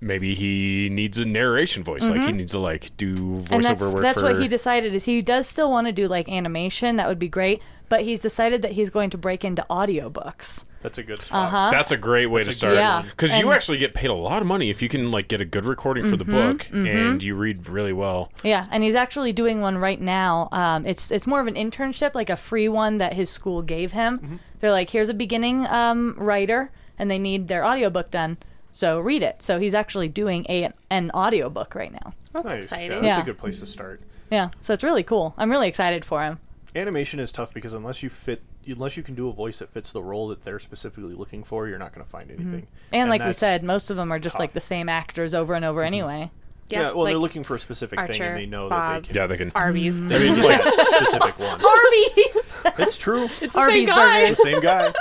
Speaker 1: maybe he needs a narration voice. Like he needs to like do voiceover
Speaker 4: Mm-hmm. and that's
Speaker 1: work.
Speaker 4: that's
Speaker 1: for,
Speaker 4: what he decided is he does still want to do like animation that would be great but he's decided that he's going to break into audiobooks
Speaker 3: That's a good spot.
Speaker 4: Uh-huh.
Speaker 1: That's a great way to
Speaker 3: That's a
Speaker 1: start.
Speaker 3: good
Speaker 4: Yeah. one.
Speaker 1: Because you
Speaker 4: And- Mm-hmm,
Speaker 1: actually get paid a lot of money if you can like get a good recording for the book and you read really well.
Speaker 4: yeah and he's actually doing one right now um, it's it's more of an internship like a free one that his school gave him
Speaker 1: Mm-hmm.
Speaker 4: they're like here's a beginning um, writer and they need their audiobook done so read it so he's actually doing a an audiobook right now
Speaker 2: That's
Speaker 3: nice. Yeah,
Speaker 2: exciting.
Speaker 3: that's
Speaker 4: Yeah.
Speaker 3: a good place to start.
Speaker 4: yeah so it's really cool i'm really excited for him
Speaker 3: animation is tough because unless you fit unless you can do a voice that fits the role that they're specifically looking for, you're not going to find anything.
Speaker 4: Mm-hmm. And, like we
Speaker 3: that's-
Speaker 4: said, most of them are just
Speaker 3: tough.
Speaker 4: like the same actors over and over anyway.
Speaker 3: yeah, well,
Speaker 2: like
Speaker 3: they're looking Mm. for a specific thing
Speaker 2: Archer,
Speaker 3: and they know
Speaker 2: Bob's,
Speaker 3: that
Speaker 1: Yeah, they can.
Speaker 2: Arby's. [LAUGHS]
Speaker 3: they can. I mean,
Speaker 4: [LAUGHS]
Speaker 3: like a specific one.
Speaker 4: Arby's.
Speaker 3: It's
Speaker 4: [LAUGHS]
Speaker 3: true. It's
Speaker 4: Arby's
Speaker 2: guy.
Speaker 4: burgers.
Speaker 3: the same guy.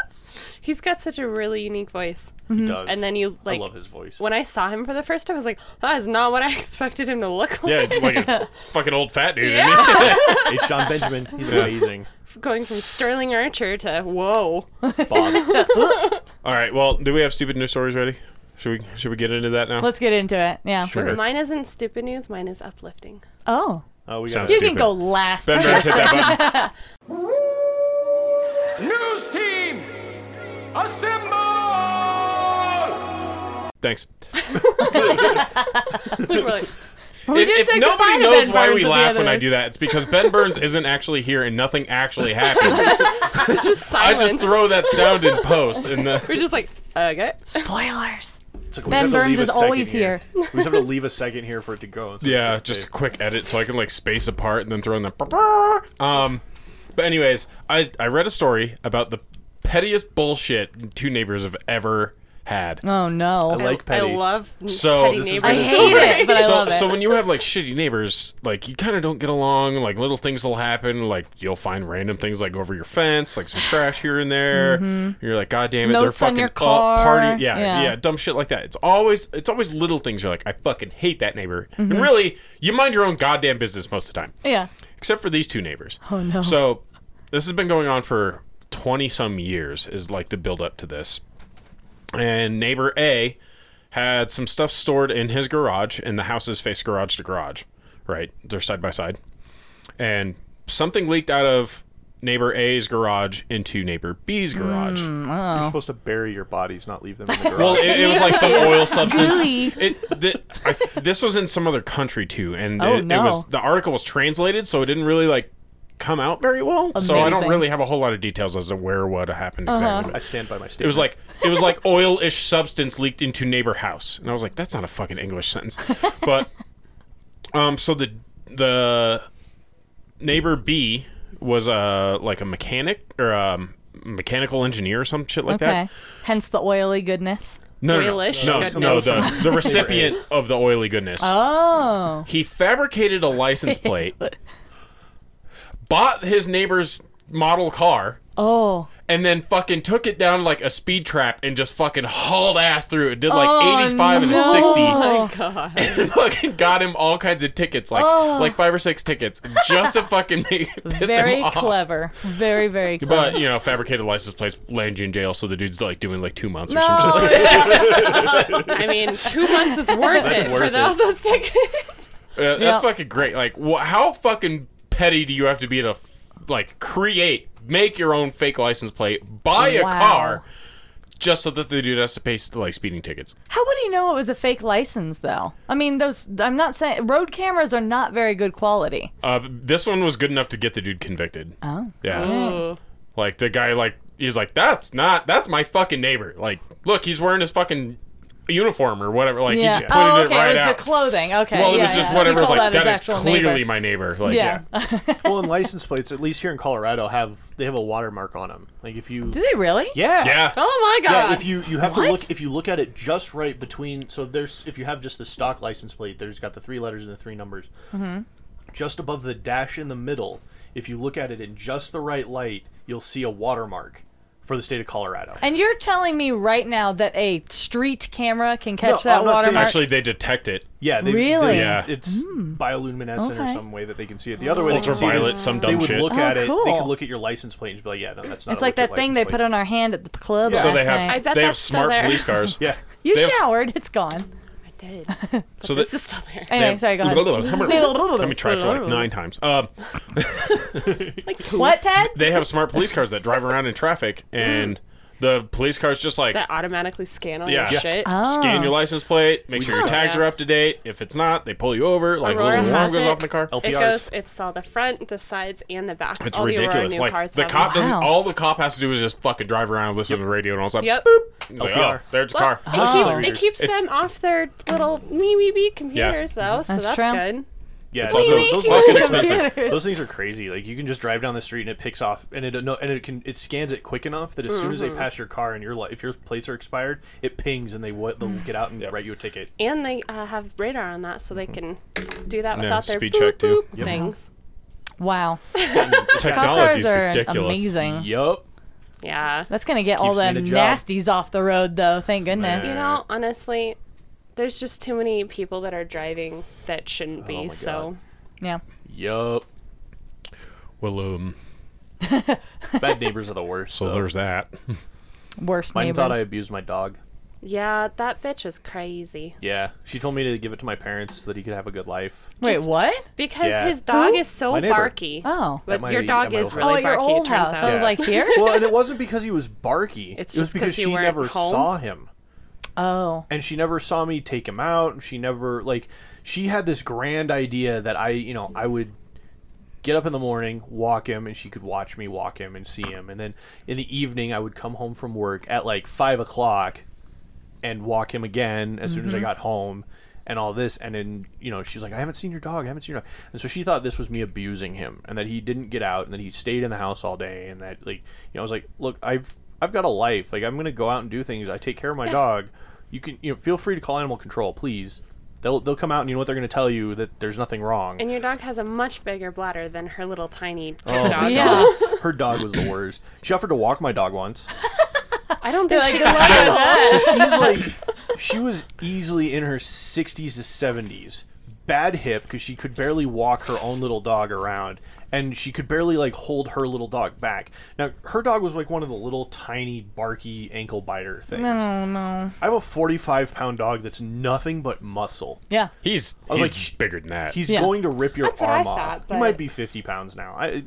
Speaker 2: He's got such a really unique voice.
Speaker 4: Mm-hmm.
Speaker 3: He does.
Speaker 2: And then you like
Speaker 3: I love his voice.
Speaker 2: when I saw him for the first time, I was like, that is not what I [LAUGHS] expected him to look like.
Speaker 1: Yeah, it's like
Speaker 4: [LAUGHS]
Speaker 1: a fucking old fat dude. isn't he?
Speaker 3: H. John Benjamin. He's amazing.
Speaker 2: [LAUGHS] Going from Sterling Archer to whoa.
Speaker 4: [LAUGHS]
Speaker 3: Bob.
Speaker 1: All right. Well, do we have stupid news stories ready? Should we should we get into that now?
Speaker 4: Let's get into it. Yeah.
Speaker 1: sure.
Speaker 2: Mine isn't stupid news. Mine is uplifting.
Speaker 3: [LAUGHS]
Speaker 4: Oh.
Speaker 3: Oh, we got
Speaker 1: Sounds
Speaker 4: You
Speaker 1: Stupid.
Speaker 4: can go last.
Speaker 1: Ben Burns hit that button.
Speaker 5: News team, assemble!
Speaker 1: Thanks.
Speaker 2: We're like,
Speaker 4: [LAUGHS] We
Speaker 1: If,
Speaker 4: just
Speaker 1: if
Speaker 4: said goodbye
Speaker 1: nobody
Speaker 4: to
Speaker 1: knows
Speaker 4: Ben
Speaker 1: why
Speaker 4: Burns
Speaker 1: we
Speaker 4: at the
Speaker 1: laugh when
Speaker 4: other
Speaker 1: I do that, it's because Ben
Speaker 4: [LAUGHS]
Speaker 1: Burns isn't actually here and nothing actually happens.
Speaker 2: it's just
Speaker 1: I
Speaker 2: silence.
Speaker 1: just throw that sound in post, and
Speaker 4: [LAUGHS]
Speaker 1: the,
Speaker 2: We're just like, okay.
Speaker 4: [LAUGHS] Spoilers.
Speaker 3: It's like we
Speaker 4: Ben
Speaker 3: have to
Speaker 4: Burns
Speaker 3: leave a
Speaker 4: is
Speaker 3: second
Speaker 4: always
Speaker 3: We just
Speaker 4: [LAUGHS]
Speaker 3: have to leave a second here for it to go. and so
Speaker 1: yeah,
Speaker 3: it's
Speaker 1: just a
Speaker 3: like,
Speaker 1: quick edit so I can like space apart and then throw in the. [LAUGHS] Um, but anyways, I I read a story about the pettiest bullshit two neighbors have ever had.
Speaker 4: Oh no.
Speaker 3: I like Petty.
Speaker 2: I love
Speaker 1: So-
Speaker 2: petty
Speaker 1: This is
Speaker 2: neighbors.
Speaker 4: I hate it, [LAUGHS] but I
Speaker 1: so,
Speaker 4: love it.
Speaker 1: so when you have like shitty neighbors, like you kind of don't get along. Like little things will happen. Like you'll find random things like over your fence, like some trash here and there. You're like, God damn it,
Speaker 4: Mm-hmm. Notes
Speaker 1: they're
Speaker 4: on
Speaker 1: fucking
Speaker 4: your
Speaker 1: up
Speaker 4: car."
Speaker 1: party. Yeah,
Speaker 4: Yeah.
Speaker 1: yeah, dumb shit like that. It's always it's always little things. You're like, I fucking hate that neighbor. And
Speaker 4: Mm-hmm.
Speaker 1: really, you mind your own goddamn business most of the time,
Speaker 4: yeah.
Speaker 1: except for these two neighbors.
Speaker 4: Oh, no.
Speaker 1: So this has been going on for twenty some years. Is like the build up to this and neighbor A had some stuff stored in his garage, and the houses face garage to garage, right? They're side by side, and something leaked out of neighbor A's garage into neighbor B's garage.
Speaker 4: Oh.
Speaker 3: You're supposed to bury your bodies, not leave them
Speaker 1: [LAUGHS]
Speaker 3: in the garage.
Speaker 1: Well, it, it was like some
Speaker 4: [LAUGHS]
Speaker 1: oil substance.
Speaker 4: Gooey.
Speaker 1: It, th- I, this was in some other country too, and
Speaker 4: Oh,
Speaker 1: it, it
Speaker 4: no.
Speaker 1: was the article was translated, so it didn't really like come out very well. So I don't
Speaker 4: Amazing. Uh-huh.
Speaker 1: really have a whole lot of details as to where what happened exactly.
Speaker 3: I stand by my statement.
Speaker 1: It was like it was like oil-ish substance leaked into neighbor house, and I was like, that's not a fucking English
Speaker 4: [LAUGHS]
Speaker 1: sentence. But um, so the the neighbor B was uh, like a mechanic or um, mechanical engineer or some shit like
Speaker 4: Okay.
Speaker 1: that.
Speaker 4: Hence the oily goodness.
Speaker 1: No, no, no,
Speaker 2: Oilish
Speaker 1: no, no,
Speaker 2: goodness.
Speaker 1: the, the recipient of the oily goodness.
Speaker 4: Oh.
Speaker 1: He fabricated a license
Speaker 4: [LAUGHS]
Speaker 1: plate, bought his neighbor's model car
Speaker 4: Oh.
Speaker 1: and then fucking took it down like a speed trap and just fucking hauled ass through it. Did like
Speaker 4: Oh,
Speaker 1: 85 and
Speaker 4: no.
Speaker 1: [LAUGHS] a
Speaker 4: Oh.
Speaker 2: God.
Speaker 1: 60. fucking got him all kinds of tickets, like like five or six tickets, just to fucking [LAUGHS] make piss
Speaker 4: Oh. Very
Speaker 1: him off.
Speaker 4: clever. Very, very clever.
Speaker 1: But you know, fabricated license plates land you in jail, so the dude's like doing like two months or
Speaker 4: No.
Speaker 1: some shit. Like
Speaker 2: I mean, two months is worth it for
Speaker 3: worth
Speaker 2: the- all
Speaker 3: it.
Speaker 2: those [LAUGHS] tickets.
Speaker 1: that. Uh,
Speaker 4: Yeah.
Speaker 1: That's fucking great. Like, wh- how fucking petty do you have to be to like create, make your own fake license plate, buy a
Speaker 4: Wow.
Speaker 1: car, just so that the dude has to pay like speeding tickets?
Speaker 4: How would he know it was a fake license, though? I mean, those. I'm not saying road cameras are not very good quality.
Speaker 1: Uh, this one was good enough to get the dude convicted.
Speaker 4: Oh.
Speaker 1: Yeah,
Speaker 2: Ooh.
Speaker 1: like the guy, like he's like, that's not, that's my fucking neighbor. Like, look, he's wearing his fucking uniform or whatever. Like, he
Speaker 4: Yeah.
Speaker 1: just pointed
Speaker 4: Oh,
Speaker 1: it
Speaker 4: okay.
Speaker 1: right
Speaker 4: it was
Speaker 1: out.
Speaker 4: the clothing. Okay.
Speaker 1: well, it
Speaker 4: yeah,
Speaker 1: was just
Speaker 4: yeah.
Speaker 1: whatever.
Speaker 4: He
Speaker 1: It's
Speaker 4: called
Speaker 1: like
Speaker 4: out his
Speaker 1: that is
Speaker 4: actual
Speaker 1: clearly
Speaker 4: neighbor.
Speaker 1: my neighbor. Like,
Speaker 4: Yeah.
Speaker 1: yeah.
Speaker 3: well, and license plates, at least here in Colorado, have they have a watermark on them. Like if you,
Speaker 4: [LAUGHS] Do they really?
Speaker 3: yeah,
Speaker 1: yeah,
Speaker 2: Oh my God.
Speaker 3: Yeah, if you you have to look if you look at it just right between so there's if you have just the stock license plate there's got the three letters and the three numbers
Speaker 4: Mm-hmm.
Speaker 3: just above the dash in the middle if you look at it in just the right light you'll see a watermark for the state of Colorado.
Speaker 4: And you're telling me right now that a street camera can catch
Speaker 3: No,
Speaker 4: that
Speaker 3: I'm not saying-
Speaker 4: watermark?
Speaker 1: Actually, they detect it.
Speaker 3: Yeah, they,
Speaker 4: Really? Hmm.
Speaker 3: they-
Speaker 1: Yeah.
Speaker 3: it's bioluminescent or
Speaker 4: Okay. Oh,
Speaker 3: some way that they can see it. The other way they can see it
Speaker 1: Ultraviolet,
Speaker 3: is
Speaker 1: some
Speaker 3: they
Speaker 1: dumb
Speaker 3: would
Speaker 1: shit.
Speaker 3: look at it. They
Speaker 4: cool.
Speaker 3: could look at your license plate and just be like, yeah, no, that's not.
Speaker 4: it's
Speaker 3: a legit
Speaker 4: like that thing
Speaker 3: license
Speaker 4: they
Speaker 3: plate.
Speaker 4: put on our hand at the club
Speaker 1: So
Speaker 4: last
Speaker 1: they have
Speaker 4: night.
Speaker 2: I bet
Speaker 1: they have
Speaker 2: that's still
Speaker 1: smart
Speaker 2: there.
Speaker 1: police
Speaker 2: [LAUGHS]
Speaker 1: cars.
Speaker 3: [LAUGHS] Yeah,
Speaker 4: you
Speaker 1: they have-
Speaker 4: showered. It's gone.
Speaker 2: I did.
Speaker 1: So
Speaker 2: this
Speaker 1: that-
Speaker 2: is still there.
Speaker 1: they
Speaker 4: Anyway,
Speaker 1: have-
Speaker 4: sorry. Go ahead.
Speaker 2: [LAUGHS]
Speaker 1: Let me try for like nine times. Um,
Speaker 4: What, Ted?
Speaker 1: they have smart police cars that drive around in traffic, and the police cars just like
Speaker 2: Mm. That automatically scan all
Speaker 1: Yeah.
Speaker 2: your
Speaker 1: Yeah.
Speaker 2: shit.
Speaker 1: scan your license plate, make sure your
Speaker 2: just-
Speaker 1: tags
Speaker 2: Yeah.
Speaker 1: are up to date. If it's not, they pull you over. Like
Speaker 2: Aurora
Speaker 1: little alarm
Speaker 2: has
Speaker 1: goes
Speaker 2: it.
Speaker 1: off in the car.
Speaker 2: It
Speaker 3: LPRs.
Speaker 2: goes. It's all the front, the sides, and the back.
Speaker 1: It's
Speaker 2: all The Aurora
Speaker 1: ridiculous.
Speaker 2: new
Speaker 1: Like
Speaker 2: cars
Speaker 1: the
Speaker 2: have
Speaker 1: cop
Speaker 2: them.
Speaker 1: doesn't. All the cop has to do is just fucking drive around and listen to the radio, and all of a sudden,
Speaker 2: Yep.
Speaker 1: boop, he's like,
Speaker 3: LPR.
Speaker 1: oh, there's a
Speaker 2: Well,
Speaker 1: car.
Speaker 2: it, keep-
Speaker 3: Oh.
Speaker 2: it keeps
Speaker 1: It's-
Speaker 2: them off their little me me me computers though, so
Speaker 4: That's
Speaker 2: that's,
Speaker 4: true.
Speaker 2: good.
Speaker 3: Yeah,
Speaker 1: It's
Speaker 3: those-
Speaker 1: also
Speaker 3: those,
Speaker 4: [LAUGHS]
Speaker 2: [LAUGHS]
Speaker 1: fucking
Speaker 3: those-
Speaker 1: expensive.
Speaker 3: Those things are crazy. Like you can just drive down the street and it picks off, and it no, and it can it scans it quick enough that as soon as
Speaker 4: Mm-hmm.
Speaker 3: they pass your car and your li- if your plates are expired, it pings and they what they'll
Speaker 4: Mm.
Speaker 3: get out and write you a ticket.
Speaker 2: and they uh, have radar on that, so they can do that
Speaker 1: Yeah,
Speaker 2: without their
Speaker 1: speed
Speaker 2: boop,
Speaker 1: check, too.
Speaker 2: boop things.
Speaker 4: Wow. Cop
Speaker 1: Technology's
Speaker 4: cars are
Speaker 1: ridiculous.
Speaker 4: amazing.
Speaker 3: Yup.
Speaker 2: Yeah.
Speaker 4: That's gonna get all
Speaker 3: Keeps me
Speaker 4: them
Speaker 3: in a job.
Speaker 4: nasties off the road, though. Thank goodness.
Speaker 2: You know, honestly, there's just too many people that are driving that shouldn't be.
Speaker 3: Oh my God.
Speaker 2: so
Speaker 4: Yeah.
Speaker 3: Yup.
Speaker 1: Well, um,
Speaker 3: Bad neighbors are the worst.
Speaker 1: so
Speaker 3: though.
Speaker 1: there's that.
Speaker 4: Worst
Speaker 3: Mine
Speaker 4: neighbors.
Speaker 3: thought I abused my dog.
Speaker 2: yeah, that bitch is crazy.
Speaker 3: Yeah, she told me to give it to my parents so that he could have a good life.
Speaker 4: Wait,
Speaker 2: Just-
Speaker 4: what?
Speaker 2: Because
Speaker 3: Yeah.
Speaker 2: his dog
Speaker 4: Who?
Speaker 2: is so
Speaker 3: My neighbor.
Speaker 2: barky.
Speaker 4: Oh.
Speaker 2: But
Speaker 3: my-
Speaker 2: your dog
Speaker 3: at my
Speaker 2: is
Speaker 3: old
Speaker 2: really
Speaker 4: oh,
Speaker 2: barky.
Speaker 4: at your old
Speaker 2: it turns
Speaker 4: house.
Speaker 2: Out.
Speaker 4: I was
Speaker 3: Yeah.
Speaker 4: like, here.
Speaker 3: Well, and it wasn't because he was barky.
Speaker 2: It's
Speaker 3: it was
Speaker 2: just 'cause
Speaker 3: because
Speaker 2: you
Speaker 3: she
Speaker 2: weren't
Speaker 3: never
Speaker 2: home?
Speaker 3: saw him.
Speaker 4: oh.
Speaker 3: and she never saw me take him out and she never like she had this grand idea that i you know i would get up in the morning walk him and she could watch me walk him and see him and then in the evening i would come home from work at like five o'clock and walk him again as soon as i got home and all this and then you know she's like i haven't seen your dog i haven't seen your dog and so she thought this was me abusing him and that he didn't get out and that he stayed in the house all day and that like you know i was like look i've i've got a life like i'm gonna go out and do things i take care of my dog you can you know feel free to call animal control please they'll they'll come out and you know what they're gonna tell you that there's nothing wrong
Speaker 2: And your dog has a much bigger bladder than her little tiny
Speaker 3: Oh,
Speaker 2: dog.
Speaker 4: Yeah.
Speaker 3: [LAUGHS] her dog was the worst. She offered to walk my dog once.
Speaker 2: I don't think she
Speaker 4: Look
Speaker 2: can.
Speaker 4: at that.
Speaker 3: So she's like, she was easily in her 60s to 70s. Bad hip because she could barely walk her own little dog around, and she could barely like hold her little dog back. Now her dog was like one of the little tiny barky ankle biter things.
Speaker 4: Oh no.
Speaker 3: I have a 45 pound dog that's nothing but muscle.
Speaker 4: Yeah.
Speaker 1: He's,
Speaker 3: was
Speaker 1: he's
Speaker 3: like, sh-
Speaker 1: bigger than that.
Speaker 3: He's
Speaker 4: Yeah.
Speaker 3: going to rip your
Speaker 2: That's what I
Speaker 3: arm
Speaker 2: thought,
Speaker 3: off.
Speaker 2: but-
Speaker 3: He might be 50 pounds now. I,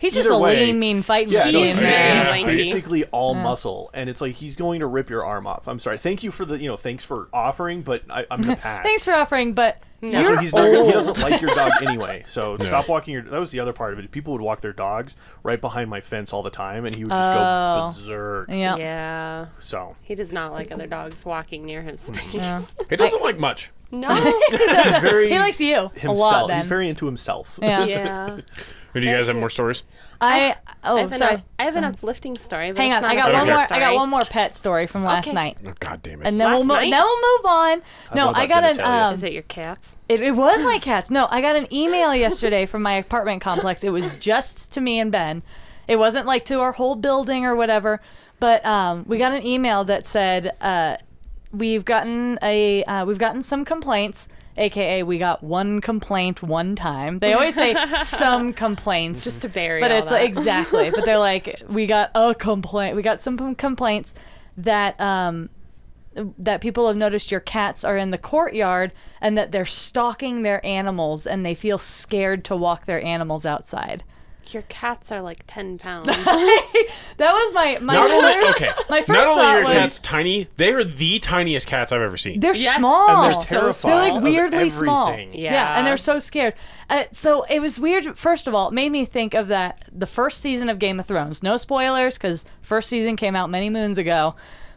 Speaker 4: He's just
Speaker 3: Either
Speaker 4: a
Speaker 3: way-
Speaker 4: lean, mean fighting
Speaker 3: Yeah, no,
Speaker 4: machine,
Speaker 3: he's,
Speaker 2: Yeah.
Speaker 4: man.
Speaker 3: he's
Speaker 2: Lanky.
Speaker 3: basically all muscle, and it's like he's going to rip your arm off. I'm sorry. Thank you for the you know thanks for offering, but I, I'm
Speaker 4: [LAUGHS]
Speaker 3: gonna pass.
Speaker 4: Thanks for offering, but
Speaker 3: Also,
Speaker 4: you're
Speaker 3: he's not,
Speaker 4: old.
Speaker 3: he doesn't like your dog anyway,
Speaker 4: [LAUGHS]
Speaker 3: so stop walking your. That was the other part of it. People would walk their dogs right behind my fence all the time, and he would just
Speaker 4: Oh.
Speaker 3: go berserk.
Speaker 4: yeah.
Speaker 2: Yeah.
Speaker 4: [LAUGHS]
Speaker 3: So
Speaker 2: He does not like other dogs walking near him.
Speaker 3: Hmm.
Speaker 2: space.
Speaker 1: he doesn't like much.
Speaker 2: [LAUGHS] No.
Speaker 3: he's very
Speaker 4: He likes you
Speaker 3: himself.
Speaker 4: a lot. Then.
Speaker 3: He's very into himself.
Speaker 4: yeah. [LAUGHS]
Speaker 2: yeah.
Speaker 1: Do you guys have more stories?
Speaker 4: I.
Speaker 2: I
Speaker 4: Oh,
Speaker 2: have, an,
Speaker 4: sorry.
Speaker 2: up- I have an uplifting story. But
Speaker 4: Hang
Speaker 2: it's
Speaker 4: on.
Speaker 2: not
Speaker 4: I
Speaker 2: a
Speaker 4: got
Speaker 1: Okay.
Speaker 4: one
Speaker 2: story.
Speaker 4: more. I got
Speaker 2: Story.
Speaker 4: one more pet story from last
Speaker 2: Okay.
Speaker 4: night.
Speaker 1: Oh, God damn it.
Speaker 4: And then we'll
Speaker 2: Last
Speaker 4: mo-
Speaker 2: night?
Speaker 4: then we'll move on. No,
Speaker 3: all
Speaker 4: I
Speaker 3: about
Speaker 4: got an
Speaker 3: genitalia.
Speaker 4: um,
Speaker 2: Is it your cats?
Speaker 4: It, it was my cats. No, I got an email yesterday from my apartment complex. It was just to me and Ben. It wasn't like to our whole building or whatever. But um, we got an email that said uh, we've gotten a uh, we've gotten some complaints. AKA, we got one complaint one time. They always say some complaints,
Speaker 2: Just to bury
Speaker 4: But
Speaker 2: all
Speaker 4: it's
Speaker 2: that.
Speaker 4: exactly. But they're
Speaker 2: [LAUGHS]
Speaker 4: like, we got a complaint. We got some com- complaints that um, that people have noticed your cats are in the courtyard and that they're stalking their animals and they feel scared to walk their animals outside. [LAUGHS]
Speaker 2: Your cats are like 10 pounds.
Speaker 4: That was my my
Speaker 1: not
Speaker 4: first.
Speaker 1: only, okay,
Speaker 4: My first
Speaker 1: not only
Speaker 4: thought
Speaker 1: are your
Speaker 4: was
Speaker 1: cats tiny, they are the tiniest cats I've ever seen.
Speaker 4: they're
Speaker 2: Yes,
Speaker 4: small.
Speaker 3: and they're
Speaker 4: They're
Speaker 3: terrified
Speaker 4: like
Speaker 3: of
Speaker 4: weirdly small.
Speaker 3: everything.
Speaker 4: Yeah.
Speaker 2: Yeah.
Speaker 4: and they're so scared. Uh, so it was weird. First of all, it made me think of that the first season of Game of Thrones. No spoilers because first season came out many moons ago.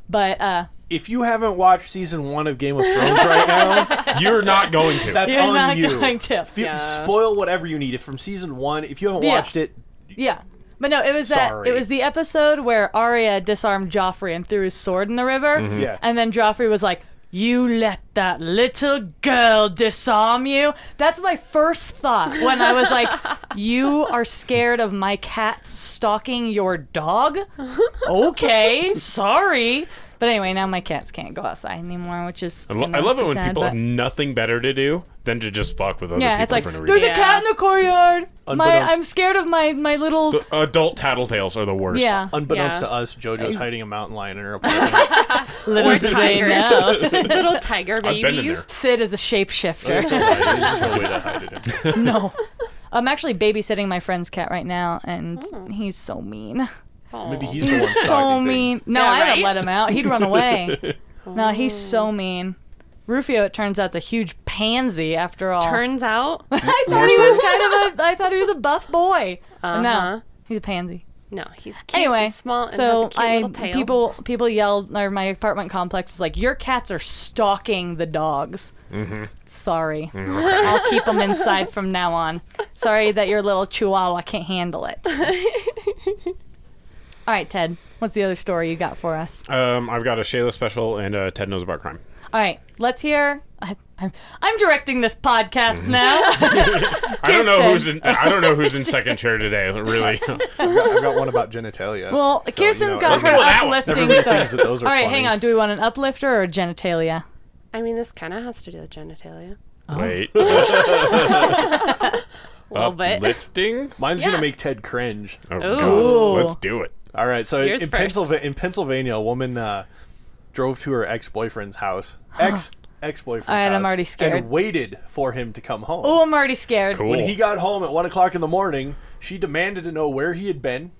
Speaker 4: But uh,
Speaker 3: If you haven't watched season one of Game of Thrones right
Speaker 4: [LAUGHS]
Speaker 3: now,
Speaker 1: You're not
Speaker 3: [LAUGHS]
Speaker 1: going to.
Speaker 3: that's
Speaker 4: You're
Speaker 3: on
Speaker 4: not
Speaker 3: you.
Speaker 4: going to.
Speaker 3: Fe- Spoil whatever you need. If from season one, if you haven't
Speaker 4: Yeah.
Speaker 3: watched it,
Speaker 4: Yeah. But no, it was that
Speaker 3: Sorry.
Speaker 4: it was the episode where Arya disarmed Joffrey and threw his sword in the river.
Speaker 1: Mm-hmm.
Speaker 3: Yeah.
Speaker 4: And then Joffrey was like, "You let that little girl disarm you." That's my first thought when I
Speaker 1: [LAUGHS]
Speaker 4: was like, "You are scared of my cat stalking your dog?" Okay, sorry. But anyway, now my cats can't go outside anymore, which is
Speaker 1: I, lo-
Speaker 4: gonna
Speaker 1: I love
Speaker 4: be
Speaker 1: it when
Speaker 4: sad,
Speaker 1: people
Speaker 4: but-
Speaker 1: have nothing better to do than to just fuck with other
Speaker 4: yeah,
Speaker 1: people
Speaker 4: it's like
Speaker 1: for no
Speaker 4: there's
Speaker 1: reason.
Speaker 4: a cat in the courtyard. My,
Speaker 3: Unbeknownst-
Speaker 4: I'm scared of my my little
Speaker 1: Adult tattletales are the worst.
Speaker 4: Uh, yeah. Oh.
Speaker 3: unbeknownst
Speaker 2: Yeah.
Speaker 3: to us, JoJo's hiding a mountain lion in her apartment.
Speaker 4: Little
Speaker 2: tiger. Little tiger
Speaker 1: I've
Speaker 2: babies.
Speaker 1: been in there.
Speaker 4: Sid is a shapeshifter.
Speaker 3: It's all right. There's just no way to hide it. in there.
Speaker 4: no. I'm actually babysitting my friend's cat right now, and
Speaker 2: Oh.
Speaker 4: he's so mean.
Speaker 3: Maybe he's the one
Speaker 4: [LAUGHS] So
Speaker 3: stalking things.
Speaker 4: mean. No,
Speaker 2: Yeah,
Speaker 4: I
Speaker 2: right? Oh.
Speaker 4: don't let him out. He'd run away. no, he's so mean. Rufio, it turns out, is a huge pansy after all.
Speaker 2: Turns
Speaker 4: [LAUGHS]
Speaker 2: out,
Speaker 4: I thought he was kind of a. I thought he was a buff
Speaker 2: [LAUGHS]
Speaker 4: boy.
Speaker 2: Uh-huh.
Speaker 4: No, he's a pansy.
Speaker 2: no, he's cute
Speaker 4: Anyway,
Speaker 2: and small and has
Speaker 4: so
Speaker 2: a cute
Speaker 4: I
Speaker 2: little tail.
Speaker 4: people
Speaker 1: Mm-hmm.
Speaker 4: people yelled, or my apartment complex is like, your cats are stalking the dogs. Sorry.
Speaker 1: Mm,
Speaker 4: I'll keep them inside from now on. Sorry that your little chihuahua can't
Speaker 2: [LAUGHS]
Speaker 4: handle it. All right, Ted. What's the other story you got for us?
Speaker 1: Um, I've got a Shayla special and uh, Ted knows about crime.
Speaker 4: All right, let's hear. I, I'm, I'm directing this
Speaker 1: Mm-hmm.
Speaker 4: podcast now.
Speaker 1: [LAUGHS] I don't know
Speaker 4: Kirsten.
Speaker 1: who's in. I don't know who's in second chair today.
Speaker 4: [LAUGHS]
Speaker 1: Really,
Speaker 3: I've got, I've got one about genitalia.
Speaker 4: Well,
Speaker 3: So, you
Speaker 4: Kirsten's
Speaker 3: know,
Speaker 1: let's
Speaker 4: got her
Speaker 1: go with that one.
Speaker 4: uplifting
Speaker 3: everybody
Speaker 4: story.
Speaker 3: thinks that those are
Speaker 4: All right,
Speaker 3: funny.
Speaker 4: hang on. Do we want an uplifter or genitalia?
Speaker 2: I mean, this kind of has to do with genitalia.
Speaker 1: [LAUGHS] wait.
Speaker 2: A little bit.
Speaker 1: Uplifting.
Speaker 3: Mine's
Speaker 2: Yeah.
Speaker 3: gonna make Ted cringe.
Speaker 1: Oh,
Speaker 4: Ooh.
Speaker 1: God. Let's do it.
Speaker 3: All right, so
Speaker 2: Yours
Speaker 3: in,
Speaker 2: first.
Speaker 3: Pennsylvania, in Pennsylvania, a woman uh, drove to her ex boyfriend's house. Ex ex boyfriend's
Speaker 4: All
Speaker 3: house.
Speaker 4: right, I'm already scared.
Speaker 3: And waited for him to come home.
Speaker 4: Oh, I'm already scared.
Speaker 1: Cool.
Speaker 3: When he got home at one o'clock in the morning, she demanded to know where he had been.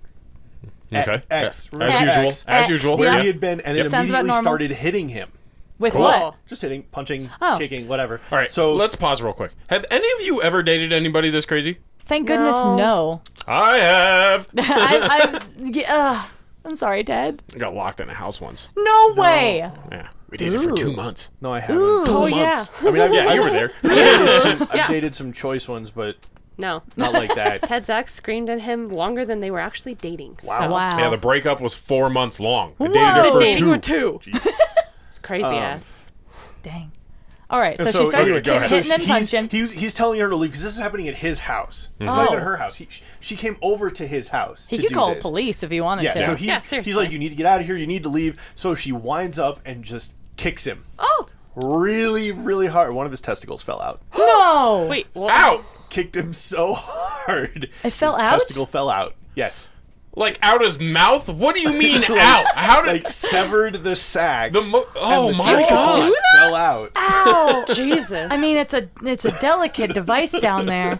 Speaker 1: Okay.
Speaker 3: X.
Speaker 1: As
Speaker 3: X.
Speaker 1: usual.
Speaker 3: X.
Speaker 1: As
Speaker 4: X.
Speaker 1: usual.
Speaker 3: Where
Speaker 4: Yeah.
Speaker 3: he had been, and then
Speaker 1: Yep.
Speaker 4: Sounds about
Speaker 3: immediately
Speaker 4: normal.
Speaker 3: started hitting him.
Speaker 4: With
Speaker 1: Cool.
Speaker 4: what?
Speaker 3: Just hitting, punching,
Speaker 4: Oh.
Speaker 3: kicking, whatever.
Speaker 1: All right.
Speaker 3: So
Speaker 1: So let's pause real quick. Have any of you ever dated anybody this crazy?
Speaker 4: Thank goodness,
Speaker 2: No.
Speaker 4: [LAUGHS] no.
Speaker 1: I have. I
Speaker 4: [LAUGHS] I, I, yeah, ugh. I'm sorry, Ted.
Speaker 1: got locked in a house once.
Speaker 4: No way.
Speaker 1: Yeah. We dated for two months.
Speaker 3: no, I haven't.
Speaker 4: Oh,
Speaker 3: I mean, I've,
Speaker 1: Yeah,
Speaker 3: I've,
Speaker 1: you were there.
Speaker 3: dated some, I've
Speaker 2: Yeah.
Speaker 3: dated some choice ones, but
Speaker 2: No.
Speaker 3: not like
Speaker 4: [LAUGHS]
Speaker 3: that.
Speaker 2: Ted's ex screamed at him longer than they were actually dating. Wow.
Speaker 4: yeah. Wow.
Speaker 1: Yeah, the breakup was four months long. I
Speaker 4: Whoa.
Speaker 1: dated her for
Speaker 2: Dating
Speaker 1: two.
Speaker 2: with two. It's crazy
Speaker 1: Um,
Speaker 2: ass.
Speaker 4: Dang. All right, so,
Speaker 3: And
Speaker 4: she
Speaker 3: so-
Speaker 4: starts
Speaker 1: anyway, go ahead.
Speaker 4: hitting and
Speaker 3: he's,
Speaker 4: punching.
Speaker 3: he, he's telling her to leave because this is happening at his house. It's not
Speaker 4: Oh.
Speaker 3: even her house. He, she came over to his house.
Speaker 4: He
Speaker 3: to
Speaker 4: could
Speaker 3: do
Speaker 4: call
Speaker 3: this.
Speaker 4: police if he wanted
Speaker 3: Yeah,
Speaker 4: to.
Speaker 3: so
Speaker 2: Yeah,
Speaker 3: he's,
Speaker 2: seriously.
Speaker 3: he's like, you need to get out of here. You need to leave. So she winds up and just kicks him
Speaker 2: Oh,
Speaker 3: really, really hard. One of his testicles fell out. [GASPS]
Speaker 4: no.
Speaker 1: [LAUGHS]
Speaker 2: wait. Well,
Speaker 1: Out.
Speaker 3: Kicked him so hard.
Speaker 4: It fell
Speaker 3: his
Speaker 4: out?
Speaker 3: Testicle fell out. Yes.
Speaker 1: Like out his mouth? What do you mean out? How did [LAUGHS]
Speaker 3: Like severed the sack.
Speaker 1: the mo- Oh
Speaker 3: and the
Speaker 1: my
Speaker 3: testicle
Speaker 1: god.
Speaker 3: Fell out.
Speaker 4: Ah, Ow.
Speaker 2: Jesus.
Speaker 4: [LAUGHS] I mean, it's a it's a delicate device down there.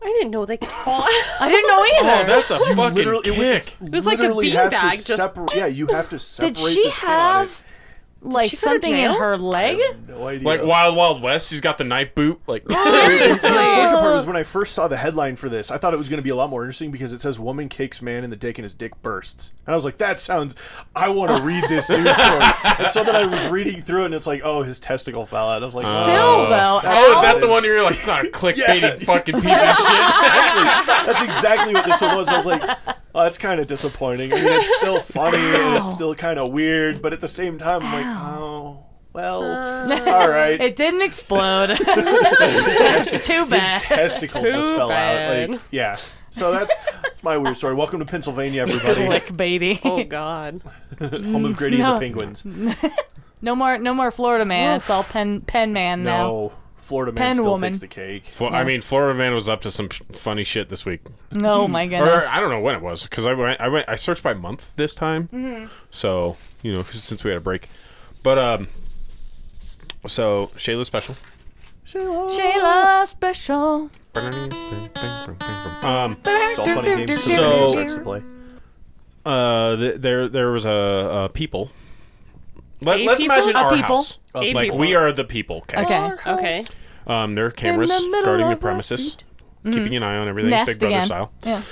Speaker 2: I didn't know they could call.
Speaker 4: [LAUGHS] I didn't know
Speaker 1: Oh,
Speaker 4: either.
Speaker 1: that's a fucking
Speaker 3: it was-
Speaker 1: kick.
Speaker 2: was like a
Speaker 3: literally
Speaker 2: bean
Speaker 3: have to
Speaker 2: bag, just-
Speaker 3: separ- yeah, you have to separate.
Speaker 4: Did she
Speaker 3: the skin on
Speaker 4: have like
Speaker 2: she go to
Speaker 4: something in
Speaker 2: jail?
Speaker 4: her leg? [LAUGHS]
Speaker 3: it. No idea.
Speaker 1: Like Wild Wild West, he's got the night boot.
Speaker 2: [LAUGHS]
Speaker 1: Like
Speaker 2: Oh,
Speaker 3: The unfortunate part is when I first saw the headline for this, I thought it was going to be a lot more interesting because it says "woman kicks man in the dick and his dick bursts," and I was like, "That sounds." I want to read this news story.
Speaker 1: [LAUGHS]
Speaker 3: and so then I was reading through it, and it's like, "Oh, his testicle fell out." I was like,
Speaker 4: Still though.
Speaker 1: Oh, is
Speaker 4: ow.
Speaker 1: that the one you're like, God, clickbaity
Speaker 3: Yeah.
Speaker 1: fucking piece of shit?
Speaker 3: exactly. That's exactly what this one was. I was like, "Oh, that's kind of disappointing." I mean, it's still funny and it's still kind of weird, but at the same time, I'm like, "Oh, well,
Speaker 4: Uh,
Speaker 3: all right."
Speaker 4: It
Speaker 3: [LAUGHS]
Speaker 4: didn't explode. [LAUGHS] that's too
Speaker 3: His
Speaker 4: bad.
Speaker 3: testicle just fell out.
Speaker 2: bad.
Speaker 3: Like, yeah. So that's that's my weird story. Welcome to
Speaker 4: [LAUGHS]
Speaker 3: Pennsylvania, everybody.
Speaker 4: Click, baby.
Speaker 2: [LAUGHS] oh God.
Speaker 3: Home of Gritty and
Speaker 4: no.
Speaker 3: the Penguins.
Speaker 4: No more, no more Florida man. It's all pen, pen man now.
Speaker 3: No, Florida man
Speaker 4: Penn
Speaker 3: still
Speaker 4: woman.
Speaker 3: takes the cake.
Speaker 1: Flo- I mean, Florida Man was up to some sh- funny shit this week,
Speaker 4: No, Oh my
Speaker 1: Mm. or
Speaker 4: goodness.
Speaker 1: I don't know when it was because I went, I went, I searched by month this time.
Speaker 2: Mm-hmm.
Speaker 1: So you know, 'cause since we had a break, but um, so Shayla special.
Speaker 4: Shayla special.
Speaker 1: Um,
Speaker 3: It's all funny
Speaker 4: [LAUGHS]
Speaker 3: games.
Speaker 1: So-
Speaker 3: starts to play.
Speaker 1: uh, th- there there was a, a people. Let,
Speaker 2: A
Speaker 1: let's
Speaker 2: people?
Speaker 1: imagine
Speaker 2: A
Speaker 1: our
Speaker 4: people?
Speaker 1: house.
Speaker 2: A
Speaker 1: like
Speaker 2: people.
Speaker 1: we are the people. Okay.
Speaker 4: Okay.
Speaker 2: Okay.
Speaker 1: Um, there are cameras
Speaker 4: In the middle
Speaker 1: guarding the
Speaker 4: of our
Speaker 1: premises,
Speaker 4: feet.
Speaker 1: keeping an eye on everything,
Speaker 4: Nest
Speaker 1: Big Brother
Speaker 4: again.
Speaker 1: style.
Speaker 4: Yeah.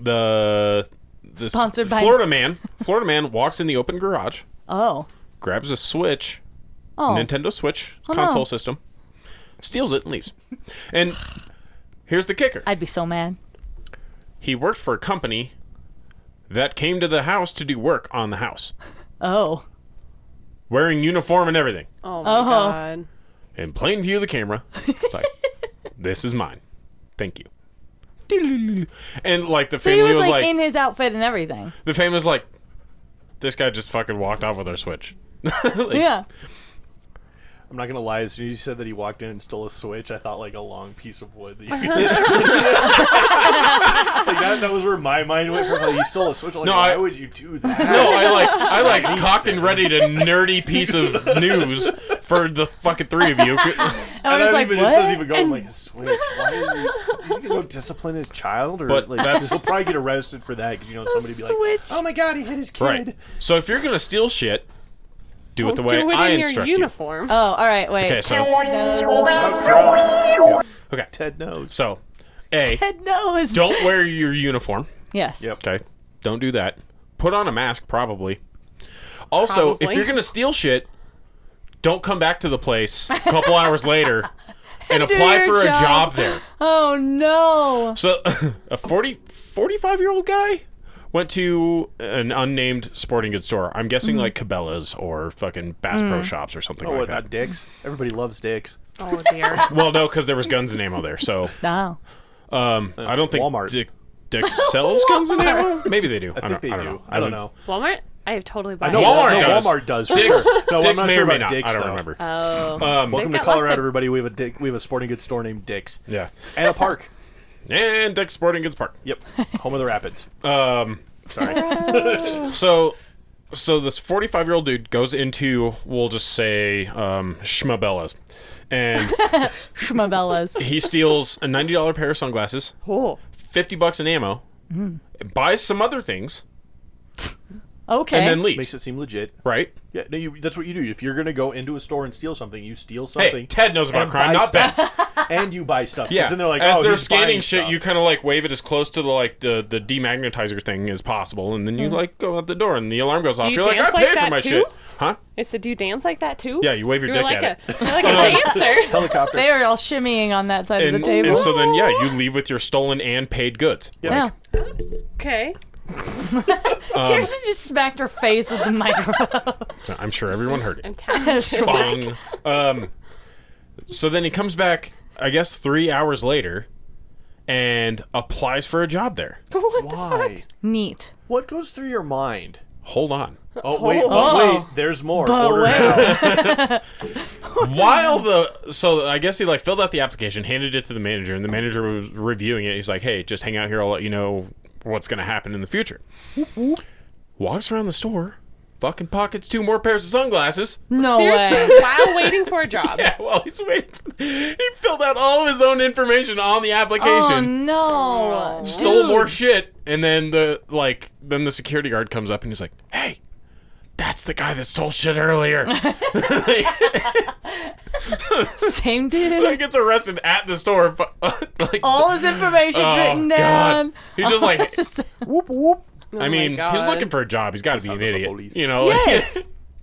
Speaker 1: the the
Speaker 4: Sponsored by-
Speaker 1: Florida man. Florida man walks in the open garage,
Speaker 4: Oh.
Speaker 1: grabs a Switch,
Speaker 4: Oh.
Speaker 1: Nintendo Switch
Speaker 4: no.
Speaker 1: console system, steals it and leaves. And here's the kicker:
Speaker 4: I'd be so mad.
Speaker 1: he worked for a company that came to the house to do work on the house,
Speaker 4: Oh.
Speaker 1: wearing uniform and everything.
Speaker 2: Oh my
Speaker 4: Uh-huh.
Speaker 2: God.
Speaker 1: In plain view of the camera, it's
Speaker 4: [LAUGHS]
Speaker 1: like, "This is mine. Thank you." And like the
Speaker 4: So he
Speaker 1: family
Speaker 4: was,
Speaker 1: was
Speaker 4: like, in his outfit and everything.
Speaker 1: the family was like, "This guy just fucking walked off with our Switch." [LAUGHS] Like,
Speaker 4: Yeah.
Speaker 3: I'm not gonna lie. As soon as you said that he walked in and stole a switch, I thought like a long piece of wood. That
Speaker 4: [LAUGHS]
Speaker 3: you [LAUGHS] like that, that was where my mind went. From, like he stole a switch. I'm Like,
Speaker 1: No,
Speaker 3: why
Speaker 1: I-
Speaker 3: would you do that? [LAUGHS]
Speaker 1: No, I like I like cocked and ready to nerdy piece of news for the fucking three of you.
Speaker 4: I was
Speaker 3: not
Speaker 4: like,
Speaker 3: even,
Speaker 4: what?
Speaker 3: It doesn't even go I'm like a switch. Why is he, is he gonna go discipline his child? Or
Speaker 1: But
Speaker 3: like,
Speaker 1: that's-
Speaker 3: he'll probably get arrested for that because you know somebody be
Speaker 4: switch.
Speaker 3: like, "Oh my god, he hit his kid."
Speaker 1: Right. So if you're gonna steal shit, do it the way
Speaker 2: Do it
Speaker 1: I
Speaker 2: in your
Speaker 1: instruct
Speaker 2: uniform.
Speaker 4: oh, all right. Wait.
Speaker 1: you. Okay, so
Speaker 3: Oh, crap.
Speaker 1: okay,
Speaker 3: Ted knows.
Speaker 1: so
Speaker 2: [LAUGHS]
Speaker 1: a
Speaker 4: Ted knows.
Speaker 1: don't wear your uniform.
Speaker 4: Yes.
Speaker 3: Yep.
Speaker 1: Okay, don't do that. Put on a mask, probably. Also, if
Speaker 2: Probably.
Speaker 1: you're gonna steal shit, don't come back to the place a couple hours later
Speaker 2: [LAUGHS]
Speaker 1: and apply
Speaker 4: your
Speaker 1: for a
Speaker 4: job.
Speaker 1: job there.
Speaker 4: Oh no.
Speaker 1: So [LAUGHS] a 40, 45 year old guy went to an unnamed sporting goods store. I'm guessing like Cabela's or fucking Bass Pro Shops or something
Speaker 3: Oh,
Speaker 1: like
Speaker 3: what,
Speaker 1: that.
Speaker 3: not dicks? Everybody loves dicks.
Speaker 2: Oh dear.
Speaker 4: [LAUGHS]
Speaker 1: Well, no, because there was guns and ammo
Speaker 3: [LAUGHS]
Speaker 1: there. So
Speaker 4: Oh.
Speaker 1: I don't think
Speaker 3: Walmart.
Speaker 1: Dick,
Speaker 3: [LAUGHS]
Speaker 1: Dick sells guns and ammo. Maybe they do. I,
Speaker 3: I
Speaker 1: don't,
Speaker 3: think they
Speaker 1: I
Speaker 3: do.
Speaker 1: don't know.
Speaker 3: I don't know.
Speaker 2: Walmart? I have totally bought
Speaker 3: I know
Speaker 2: it.
Speaker 1: Walmart
Speaker 3: no,
Speaker 1: does.
Speaker 3: Walmart does. for
Speaker 1: Dicks,
Speaker 3: sure. [LAUGHS] No,
Speaker 1: Dick's
Speaker 3: I'm not
Speaker 1: may
Speaker 3: sure
Speaker 1: or may
Speaker 3: about
Speaker 1: not.
Speaker 3: Dicks.
Speaker 1: I don't
Speaker 3: though.
Speaker 1: remember.
Speaker 2: Oh.
Speaker 1: Um,
Speaker 3: Welcome to
Speaker 2: They've got lots
Speaker 3: Colorado,
Speaker 2: of-
Speaker 3: everybody. We have a dick. We have a sporting goods store named Dicks
Speaker 1: yeah.
Speaker 3: and a park.
Speaker 1: And Dick's Sporting Goods Park. Um,
Speaker 3: Yep, home of the Rapids.
Speaker 1: So, so this forty-five-year-old dude goes into, we'll just say, um, Schmabella's, and [LAUGHS]
Speaker 4: Schmabellas.
Speaker 1: he steals a ninety-dollar pair of sunglasses,
Speaker 2: oh.
Speaker 1: fifty bucks in ammo, buys some other things,
Speaker 4: Okay.
Speaker 1: and
Speaker 2: Eh?
Speaker 1: then leaves.
Speaker 3: Makes it seem legit,
Speaker 1: right?
Speaker 3: Yeah, no, you, that's what you do. If you're gonna go into a store and steal something, you steal
Speaker 1: Hey,
Speaker 3: something.
Speaker 1: Ted knows about
Speaker 3: and
Speaker 1: crime,
Speaker 3: buy
Speaker 1: not Ben.
Speaker 3: stuff. and you buy stuff. 'Cause
Speaker 1: Yeah.
Speaker 3: then they're like,
Speaker 1: as
Speaker 3: oh,
Speaker 1: they're
Speaker 3: he's
Speaker 1: scanning
Speaker 3: buying
Speaker 1: shit,
Speaker 3: stuff.
Speaker 1: you kind of like wave it as close to the like the the demagnetizer thing as possible, and then you like go out the door, and the alarm goes off.
Speaker 2: Hmm. you
Speaker 1: are like, I
Speaker 2: dance
Speaker 1: paid
Speaker 2: like
Speaker 1: for
Speaker 2: that
Speaker 1: my
Speaker 2: too?
Speaker 1: shit, huh?
Speaker 2: Is the do you dance like that too?
Speaker 1: Yeah, you wave your
Speaker 2: You're
Speaker 1: dick
Speaker 2: like
Speaker 1: at
Speaker 2: a [LAUGHS] you're like
Speaker 1: [LAUGHS]
Speaker 2: a dancer.
Speaker 3: [LAUGHS] helicopter.
Speaker 4: they are all shimmying on that side of
Speaker 1: And,
Speaker 4: the table.
Speaker 1: and so then, yeah, you leave with your stolen and paid goods.
Speaker 4: yeah.
Speaker 2: Okay.
Speaker 1: um,
Speaker 4: Kirsten just smacked her face with the microphone. [LAUGHS]
Speaker 1: So I'm sure everyone heard it.
Speaker 2: I'm [LAUGHS] talented.
Speaker 1: Bong. Um, so then he comes back, I guess, three hours later, and applies for a job there.
Speaker 3: Why?
Speaker 4: Neat.
Speaker 3: What goes through your mind?
Speaker 1: Hold on.
Speaker 3: Oh wait, but wait.
Speaker 4: Oh.
Speaker 3: There's more.
Speaker 4: But
Speaker 3: Order
Speaker 4: wait.
Speaker 3: now.
Speaker 1: While the so I guess he like filled out the application, handed it to the manager, and the manager was reviewing it. He's like, "Hey, just hang out here. I'll let you know what's going to happen in the future." Walks around the store, fucking pockets two more pairs of sunglasses. [LAUGHS]
Speaker 4: No way.
Speaker 2: Seriously, while waiting for a job.
Speaker 1: Yeah, while he's waiting, he filled out all of his own information on the
Speaker 4: Oh
Speaker 1: application.
Speaker 4: no.
Speaker 1: stole more shit and then the like then the security guard comes up and he's like hey that's the guy that stole
Speaker 2: [LAUGHS]
Speaker 1: shit earlier [LAUGHS]
Speaker 4: Same dude.
Speaker 1: he [LAUGHS] gets arrested at the store but, [LAUGHS] like
Speaker 4: All his information's
Speaker 1: oh,
Speaker 4: written
Speaker 1: God.
Speaker 4: down.
Speaker 1: he just
Speaker 4: [LAUGHS]
Speaker 1: like
Speaker 4: whoop whoop.
Speaker 1: i mean he's
Speaker 2: Oh God.
Speaker 1: looking for a job he's got to be an
Speaker 3: not the
Speaker 1: idiot
Speaker 3: police.
Speaker 1: you know [LAUGHS]
Speaker 4: Yes.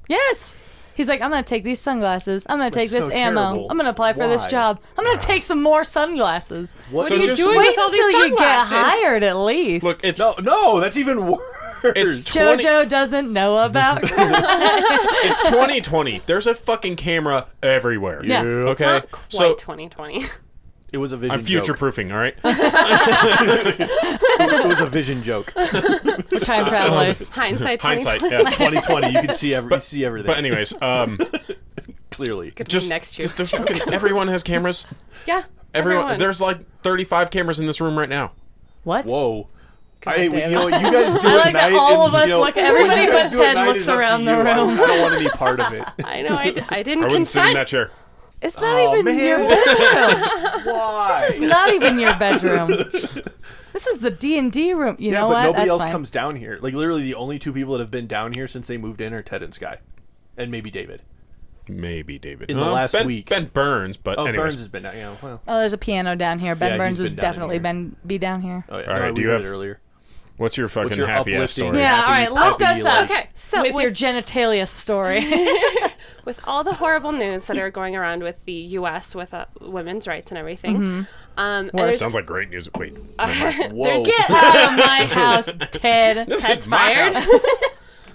Speaker 4: yes. He's like, I'm gonna take these sunglasses. I'm gonna take
Speaker 3: That's
Speaker 4: this
Speaker 3: so
Speaker 4: ammo.
Speaker 3: terrible.
Speaker 4: I'm gonna apply for this
Speaker 3: Why?
Speaker 4: job. I'm gonna take some more sunglasses.
Speaker 3: What
Speaker 1: So
Speaker 3: goes-
Speaker 1: just-
Speaker 2: doing
Speaker 1: Wait
Speaker 2: with all these
Speaker 4: until you get
Speaker 2: sunglasses?
Speaker 4: hired, at least.
Speaker 1: [LAUGHS] look it's
Speaker 3: No, no, that's even worse.
Speaker 1: it's 20,
Speaker 4: JoJo doesn't know about. [LAUGHS]
Speaker 1: it's 2020 there's a fucking camera everywhere
Speaker 4: Yeah.
Speaker 1: okay
Speaker 2: Not quite
Speaker 1: so
Speaker 2: 2020.
Speaker 3: it was a vision.
Speaker 1: i'm future
Speaker 3: joke.
Speaker 1: proofing all right
Speaker 3: It was a vision joke.
Speaker 4: time
Speaker 2: [LAUGHS]
Speaker 4: travelers.
Speaker 2: Hindsight. 2020.
Speaker 1: hindsight yeah
Speaker 3: 2020. You can see every, you see everything
Speaker 1: but anyways
Speaker 2: [LAUGHS]
Speaker 1: um
Speaker 3: [LAUGHS] clearly.
Speaker 1: just
Speaker 2: Next year's
Speaker 1: just the fucking, everyone has
Speaker 2: [LAUGHS]
Speaker 1: cameras
Speaker 2: Yeah.
Speaker 1: Everyone, there's like 35 cameras in this room right now.
Speaker 4: What?
Speaker 3: Whoa. I, you know what you
Speaker 4: [LAUGHS]
Speaker 3: guys do
Speaker 4: I
Speaker 3: at
Speaker 4: like that
Speaker 3: night
Speaker 4: all
Speaker 3: and,
Speaker 4: of us
Speaker 3: you know,
Speaker 4: look-
Speaker 3: what
Speaker 4: everybody
Speaker 3: you guys
Speaker 4: but
Speaker 3: do at
Speaker 4: Ted
Speaker 3: night
Speaker 4: looks
Speaker 3: is up to
Speaker 4: around the
Speaker 3: you. I-
Speaker 4: room.
Speaker 3: I don't want to be part of
Speaker 4: [LAUGHS]
Speaker 3: it.
Speaker 2: I know. I, d-
Speaker 1: [LAUGHS]
Speaker 2: I didn't
Speaker 1: I wouldn't sit
Speaker 2: consent.
Speaker 1: in that chair.
Speaker 4: It's not
Speaker 3: Oh,
Speaker 4: [LAUGHS] even
Speaker 3: man.
Speaker 4: your bedroom.
Speaker 3: Why?
Speaker 4: It's not even your
Speaker 3: [LAUGHS]
Speaker 4: bedroom. This is the D and D room. You
Speaker 3: yeah,
Speaker 4: know
Speaker 3: but
Speaker 4: what?
Speaker 3: nobody
Speaker 4: That's
Speaker 3: else
Speaker 4: fine.
Speaker 3: comes down here. Like literally, the only two people that have been down here since they moved in are Ted and Sky, and maybe David.
Speaker 1: Maybe David.
Speaker 3: In the
Speaker 1: Uh,
Speaker 3: last
Speaker 1: ben,
Speaker 3: week.
Speaker 1: Ben Burns, but
Speaker 3: Oh,
Speaker 1: anyways.
Speaker 3: Burns has been down. Yeah, well.
Speaker 4: Oh, there's a piano down here. Ben
Speaker 3: Yeah,
Speaker 4: Burns
Speaker 3: he's
Speaker 4: has
Speaker 3: been down in
Speaker 4: definitely
Speaker 3: here.
Speaker 4: been be down here.
Speaker 3: Oh, yeah.
Speaker 1: All right,
Speaker 3: no, we
Speaker 1: do you
Speaker 3: read
Speaker 1: have-
Speaker 3: it earlier.
Speaker 1: What's your fucking
Speaker 3: What's your
Speaker 1: happy ass
Speaker 3: uplifting-
Speaker 1: story?
Speaker 4: Yeah.
Speaker 3: happy-
Speaker 4: all right, lift
Speaker 3: happy,
Speaker 4: us
Speaker 3: like-
Speaker 4: up.
Speaker 2: Okay. So
Speaker 4: With,
Speaker 2: with,
Speaker 4: your
Speaker 2: [LAUGHS]
Speaker 4: genitalia story. [LAUGHS]
Speaker 2: with all the horrible news that are going around with the U.S. with uh, women's rights and everything,
Speaker 4: Mm-hmm.
Speaker 2: um, and there's-
Speaker 1: Sounds like great music.
Speaker 2: [LAUGHS]
Speaker 1: Wait.
Speaker 3: Whoa.
Speaker 4: Get out of my house, Ted.
Speaker 1: This
Speaker 2: Ted's
Speaker 1: is my
Speaker 2: fired.
Speaker 1: [LAUGHS] house.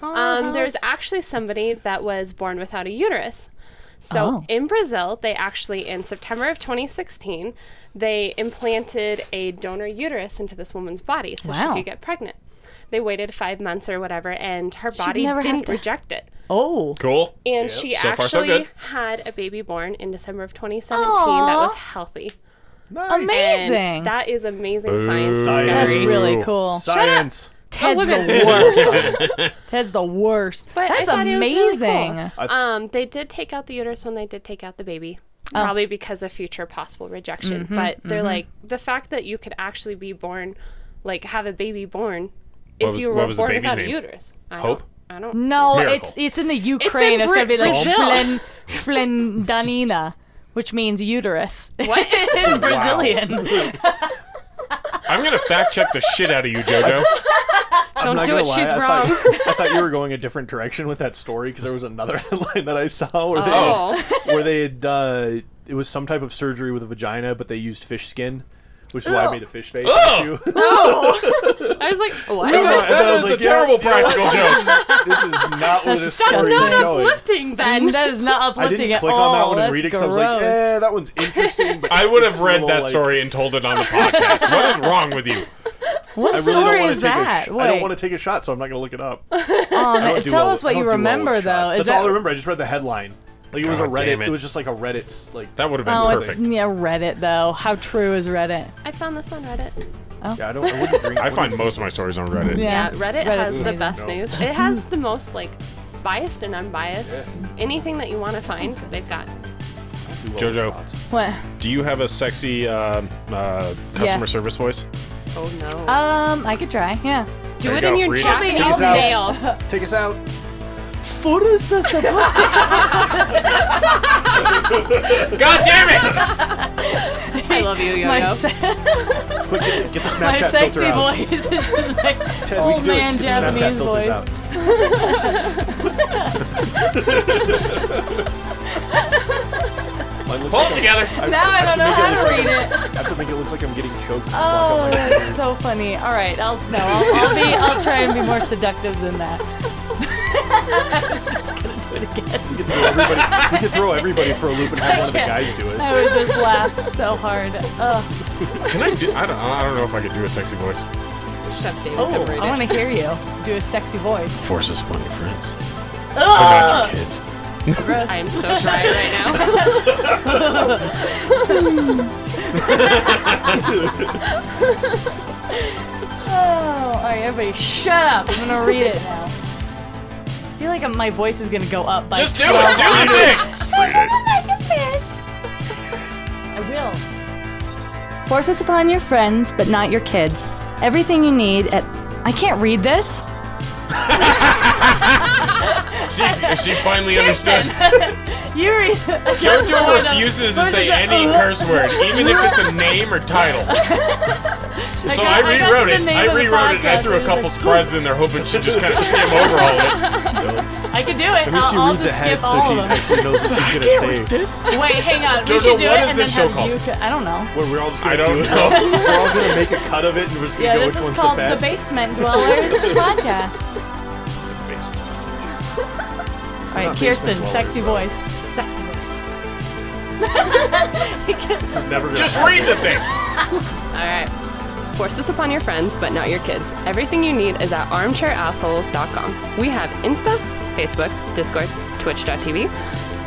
Speaker 2: um, there's actually somebody that was born without a uterus. So
Speaker 4: Oh.
Speaker 2: in Brazil, they actually in September of 2016, they implanted a donor uterus into this woman's body so
Speaker 4: Wow.
Speaker 2: she could get pregnant. They waited five months or whatever, and her body
Speaker 4: never have
Speaker 2: didn't
Speaker 4: to-
Speaker 2: reject it.
Speaker 4: [LAUGHS] Oh,
Speaker 1: Cool.
Speaker 2: And she
Speaker 1: So
Speaker 2: actually
Speaker 1: far, so good.
Speaker 2: had a baby born in December of 2017 that
Speaker 4: Aw.
Speaker 2: was healthy.
Speaker 3: Nice.
Speaker 2: And
Speaker 4: amazing.
Speaker 2: that is amazing science.
Speaker 3: Science.
Speaker 2: discovery.
Speaker 4: That's really cool.
Speaker 3: Science.
Speaker 4: Ted's
Speaker 2: women.
Speaker 4: the worst.
Speaker 3: [LAUGHS]
Speaker 4: Ted's the worst.
Speaker 2: But I
Speaker 4: That's
Speaker 2: thought it was really cool.
Speaker 4: amazing.
Speaker 2: Um, they did take out the uterus when they did take out the baby, probably because of future possible rejection. but they're like the fact that you could actually be born, like have a baby born, if
Speaker 1: was-
Speaker 2: you
Speaker 1: what
Speaker 2: were
Speaker 1: was the
Speaker 2: born
Speaker 1: baby's
Speaker 2: without
Speaker 1: name?
Speaker 2: a uterus. I
Speaker 1: Hope?
Speaker 2: Don't, I don't.
Speaker 4: No,
Speaker 1: Miracle.
Speaker 4: it's it's in the Ukraine. It's, gonna be like
Speaker 2: Brazil.
Speaker 4: Schlen, Schlendanina, which means uterus [LAUGHS]
Speaker 2: What? [LAUGHS]
Speaker 3: [LAUGHS]
Speaker 4: in Brazilian.
Speaker 3: [LAUGHS]
Speaker 1: I'm going to fact check the shit out of you, JoJo.
Speaker 3: I'm
Speaker 2: Don't
Speaker 3: not
Speaker 2: do
Speaker 3: gonna
Speaker 2: it.
Speaker 3: lie,
Speaker 2: She's
Speaker 3: I
Speaker 2: wrong.
Speaker 3: Thought, I thought you were going a different direction with that story because there was another [LAUGHS] headline that I saw where they
Speaker 2: Oh.
Speaker 3: where they had uh, it was some type of surgery with a vagina, but they used fish skin, which is why I made a fish face. at you. [LAUGHS]
Speaker 2: I was like, what?
Speaker 3: And then I
Speaker 1: that
Speaker 3: was
Speaker 1: is a
Speaker 3: like, yeah,
Speaker 1: terrible
Speaker 3: you know what?
Speaker 1: practical
Speaker 3: [LAUGHS]
Speaker 1: joke.
Speaker 3: This is not where this
Speaker 4: That's
Speaker 3: story is
Speaker 4: not
Speaker 3: going.
Speaker 2: uplifting
Speaker 4: [LAUGHS] And
Speaker 2: then.
Speaker 4: that is not
Speaker 3: I
Speaker 4: uplifting
Speaker 3: didn't
Speaker 4: at
Speaker 3: click
Speaker 4: all.
Speaker 3: on that one
Speaker 4: That's
Speaker 3: and read it because I
Speaker 4: gross.
Speaker 3: was like, eh, that one's interesting. But
Speaker 1: [LAUGHS] I would
Speaker 3: it's
Speaker 1: have read
Speaker 3: little,
Speaker 1: that
Speaker 3: like-
Speaker 1: story and told it on the podcast. what is wrong with you?
Speaker 4: what
Speaker 3: I really don't
Speaker 4: story
Speaker 3: wanna
Speaker 4: is
Speaker 3: take a
Speaker 4: that?
Speaker 3: sh- I don't
Speaker 4: Wait.
Speaker 3: want to take a shot, so I'm not going to look it
Speaker 4: [LAUGHS]
Speaker 3: up.
Speaker 4: Oh,
Speaker 3: I
Speaker 4: man,
Speaker 3: don't do
Speaker 4: tell
Speaker 3: well
Speaker 4: us
Speaker 3: with-
Speaker 4: what
Speaker 3: I don't
Speaker 4: you
Speaker 3: do well
Speaker 4: remember
Speaker 3: with
Speaker 4: though.
Speaker 3: shots.
Speaker 4: Is
Speaker 3: That's
Speaker 4: that,
Speaker 3: all I remember. I just read the headline. Like it was a
Speaker 1: God
Speaker 3: Reddit.
Speaker 1: damn
Speaker 3: It.
Speaker 1: it.
Speaker 3: was just like a Reddit's like.
Speaker 1: That would have been
Speaker 4: Oh, it's
Speaker 1: perfect.
Speaker 4: yeah, Reddit though. How true is Reddit?
Speaker 2: I found this on Reddit.
Speaker 4: Oh.
Speaker 3: yeah, I don't. I, wouldn't drink,
Speaker 1: I find most of my stories on Reddit.
Speaker 2: Yeah,
Speaker 4: Yeah,
Speaker 2: Reddit
Speaker 4: Reddit's
Speaker 2: has the
Speaker 4: amazing.
Speaker 2: best
Speaker 3: No.
Speaker 2: news. It has the most like biased and unbiased. Anything that you want to find, they've got.
Speaker 3: do well with
Speaker 1: Jojo.
Speaker 3: shots.
Speaker 4: What?
Speaker 1: Do you have a sexy um, uh, customer
Speaker 4: Yes.
Speaker 1: service voice?
Speaker 2: Oh no.
Speaker 4: Um, I could try. Yeah.
Speaker 2: Do
Speaker 1: there
Speaker 2: it
Speaker 1: you
Speaker 2: in
Speaker 1: go,
Speaker 2: your
Speaker 1: read it.
Speaker 2: jumping
Speaker 4: Take
Speaker 2: off
Speaker 3: us out.
Speaker 2: mail.
Speaker 3: Take us out.
Speaker 1: God damn it!
Speaker 2: I love you, Yo
Speaker 4: My,
Speaker 2: Yo.
Speaker 4: se- [LAUGHS]
Speaker 3: Quick, get, get the
Speaker 4: my
Speaker 3: Snapchat
Speaker 4: sexy
Speaker 3: filter out.
Speaker 4: voice is just like
Speaker 3: [LAUGHS] Ted, we can
Speaker 4: old
Speaker 3: do it.
Speaker 4: man
Speaker 3: Just get the Snapchat
Speaker 4: Japanese
Speaker 3: filters
Speaker 4: voice.
Speaker 3: out. Mine looks
Speaker 1: Pull
Speaker 3: like
Speaker 1: it
Speaker 3: I'm-
Speaker 1: together.
Speaker 4: Now I don't know how to read it.
Speaker 3: I have to make it look like I'm getting choked. with vodka
Speaker 4: Oh,
Speaker 3: on my hand.
Speaker 4: that's so funny. All right, I'll no, I'll, I'll be, I'll try and be more seductive than that. [LAUGHS] I was just gonna do it again.
Speaker 3: We could throw everybody, we could throw everybody for a loop and have one of the guys do it.
Speaker 4: I would just laugh so hard. Ugh.
Speaker 1: Can I do? I don't. I don't know if I could do a sexy voice.
Speaker 2: Shut up, David.
Speaker 4: Oh,
Speaker 2: Come read
Speaker 4: I
Speaker 2: it. [LAUGHS]
Speaker 4: want to hear you do a sexy voice.
Speaker 1: Force us upon your friends, but not your kids.
Speaker 2: I am so shy right
Speaker 4: [LAUGHS]
Speaker 2: now.
Speaker 4: Oh, all right, everybody, shut up. I'm gonna read it now. I feel like my voice is gonna go up by. Oh
Speaker 1: Just do it. Do
Speaker 4: [LAUGHS]
Speaker 1: the thing.
Speaker 4: I will. Force this upon your friends, but not your kids. Everything you need at. I can't read this.
Speaker 1: She, she finally understood.
Speaker 4: [LAUGHS] You read. [LAUGHS]
Speaker 1: JoJo refuses to say any curse word, even if it's
Speaker 4: [LAUGHS]
Speaker 1: a name or title. So
Speaker 4: got-
Speaker 1: I
Speaker 4: I got
Speaker 1: rewrote
Speaker 4: the
Speaker 1: it.
Speaker 4: name
Speaker 1: I
Speaker 4: of the
Speaker 1: rewrote it and I
Speaker 4: podcast.
Speaker 1: threw a
Speaker 4: It was
Speaker 1: couple surprises in there, hoping she'd just kind of skim
Speaker 4: [LAUGHS]
Speaker 1: over all of it.
Speaker 4: I can do it.
Speaker 3: I mean, she
Speaker 4: I'll, I'll
Speaker 3: reads
Speaker 4: just
Speaker 3: ahead
Speaker 4: skip
Speaker 3: so
Speaker 4: all
Speaker 3: she
Speaker 4: of them.
Speaker 3: actually knows what
Speaker 4: [LAUGHS]
Speaker 3: she's gonna say. [LAUGHS]
Speaker 4: Wait, hang on. we
Speaker 1: JoJo,
Speaker 4: should do
Speaker 1: what is
Speaker 4: it and
Speaker 1: this
Speaker 4: then
Speaker 1: show
Speaker 4: have
Speaker 1: called?
Speaker 4: you. co- I don't know.
Speaker 3: Where we're all just gonna
Speaker 1: I don't
Speaker 3: do it.
Speaker 1: know.
Speaker 4: [LAUGHS]
Speaker 3: We're all gonna make a cut of it and we're just gonna go
Speaker 4: Yeah, this
Speaker 3: which
Speaker 4: is
Speaker 3: one's
Speaker 4: called
Speaker 3: the
Speaker 4: the,
Speaker 3: best. [LAUGHS]
Speaker 4: Basement Dwellers podcast. All right,
Speaker 3: Not Basement
Speaker 4: Kirsten,
Speaker 3: Dwellers,
Speaker 4: sexy
Speaker 3: though.
Speaker 4: voice. Sexy [LAUGHS] voice.
Speaker 3: This is never gonna
Speaker 1: Just
Speaker 3: happen.
Speaker 1: read the thing.
Speaker 2: All right. Force this upon your friends, but not your kids. Everything you need is at armchairassholes.com. We have Insta, Facebook, Discord, Twitch.tv.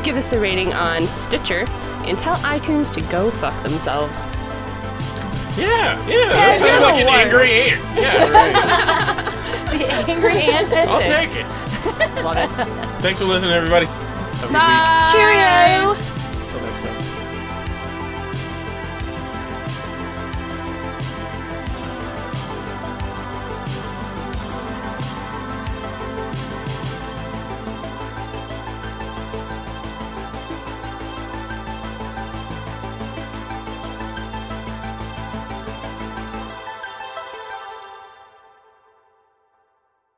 Speaker 2: Give us a rating on Stitcher and tell iTunes to go fuck themselves.
Speaker 1: Yeah, yeah. That sounds like an angry ant. Yeah,
Speaker 4: [LAUGHS] The angry ant ending.
Speaker 1: I'll take it.
Speaker 2: Love it.
Speaker 4: [LAUGHS]
Speaker 1: Thanks for listening, everybody.
Speaker 3: Have
Speaker 4: Uh,
Speaker 3: a good week.
Speaker 4: Cheerio.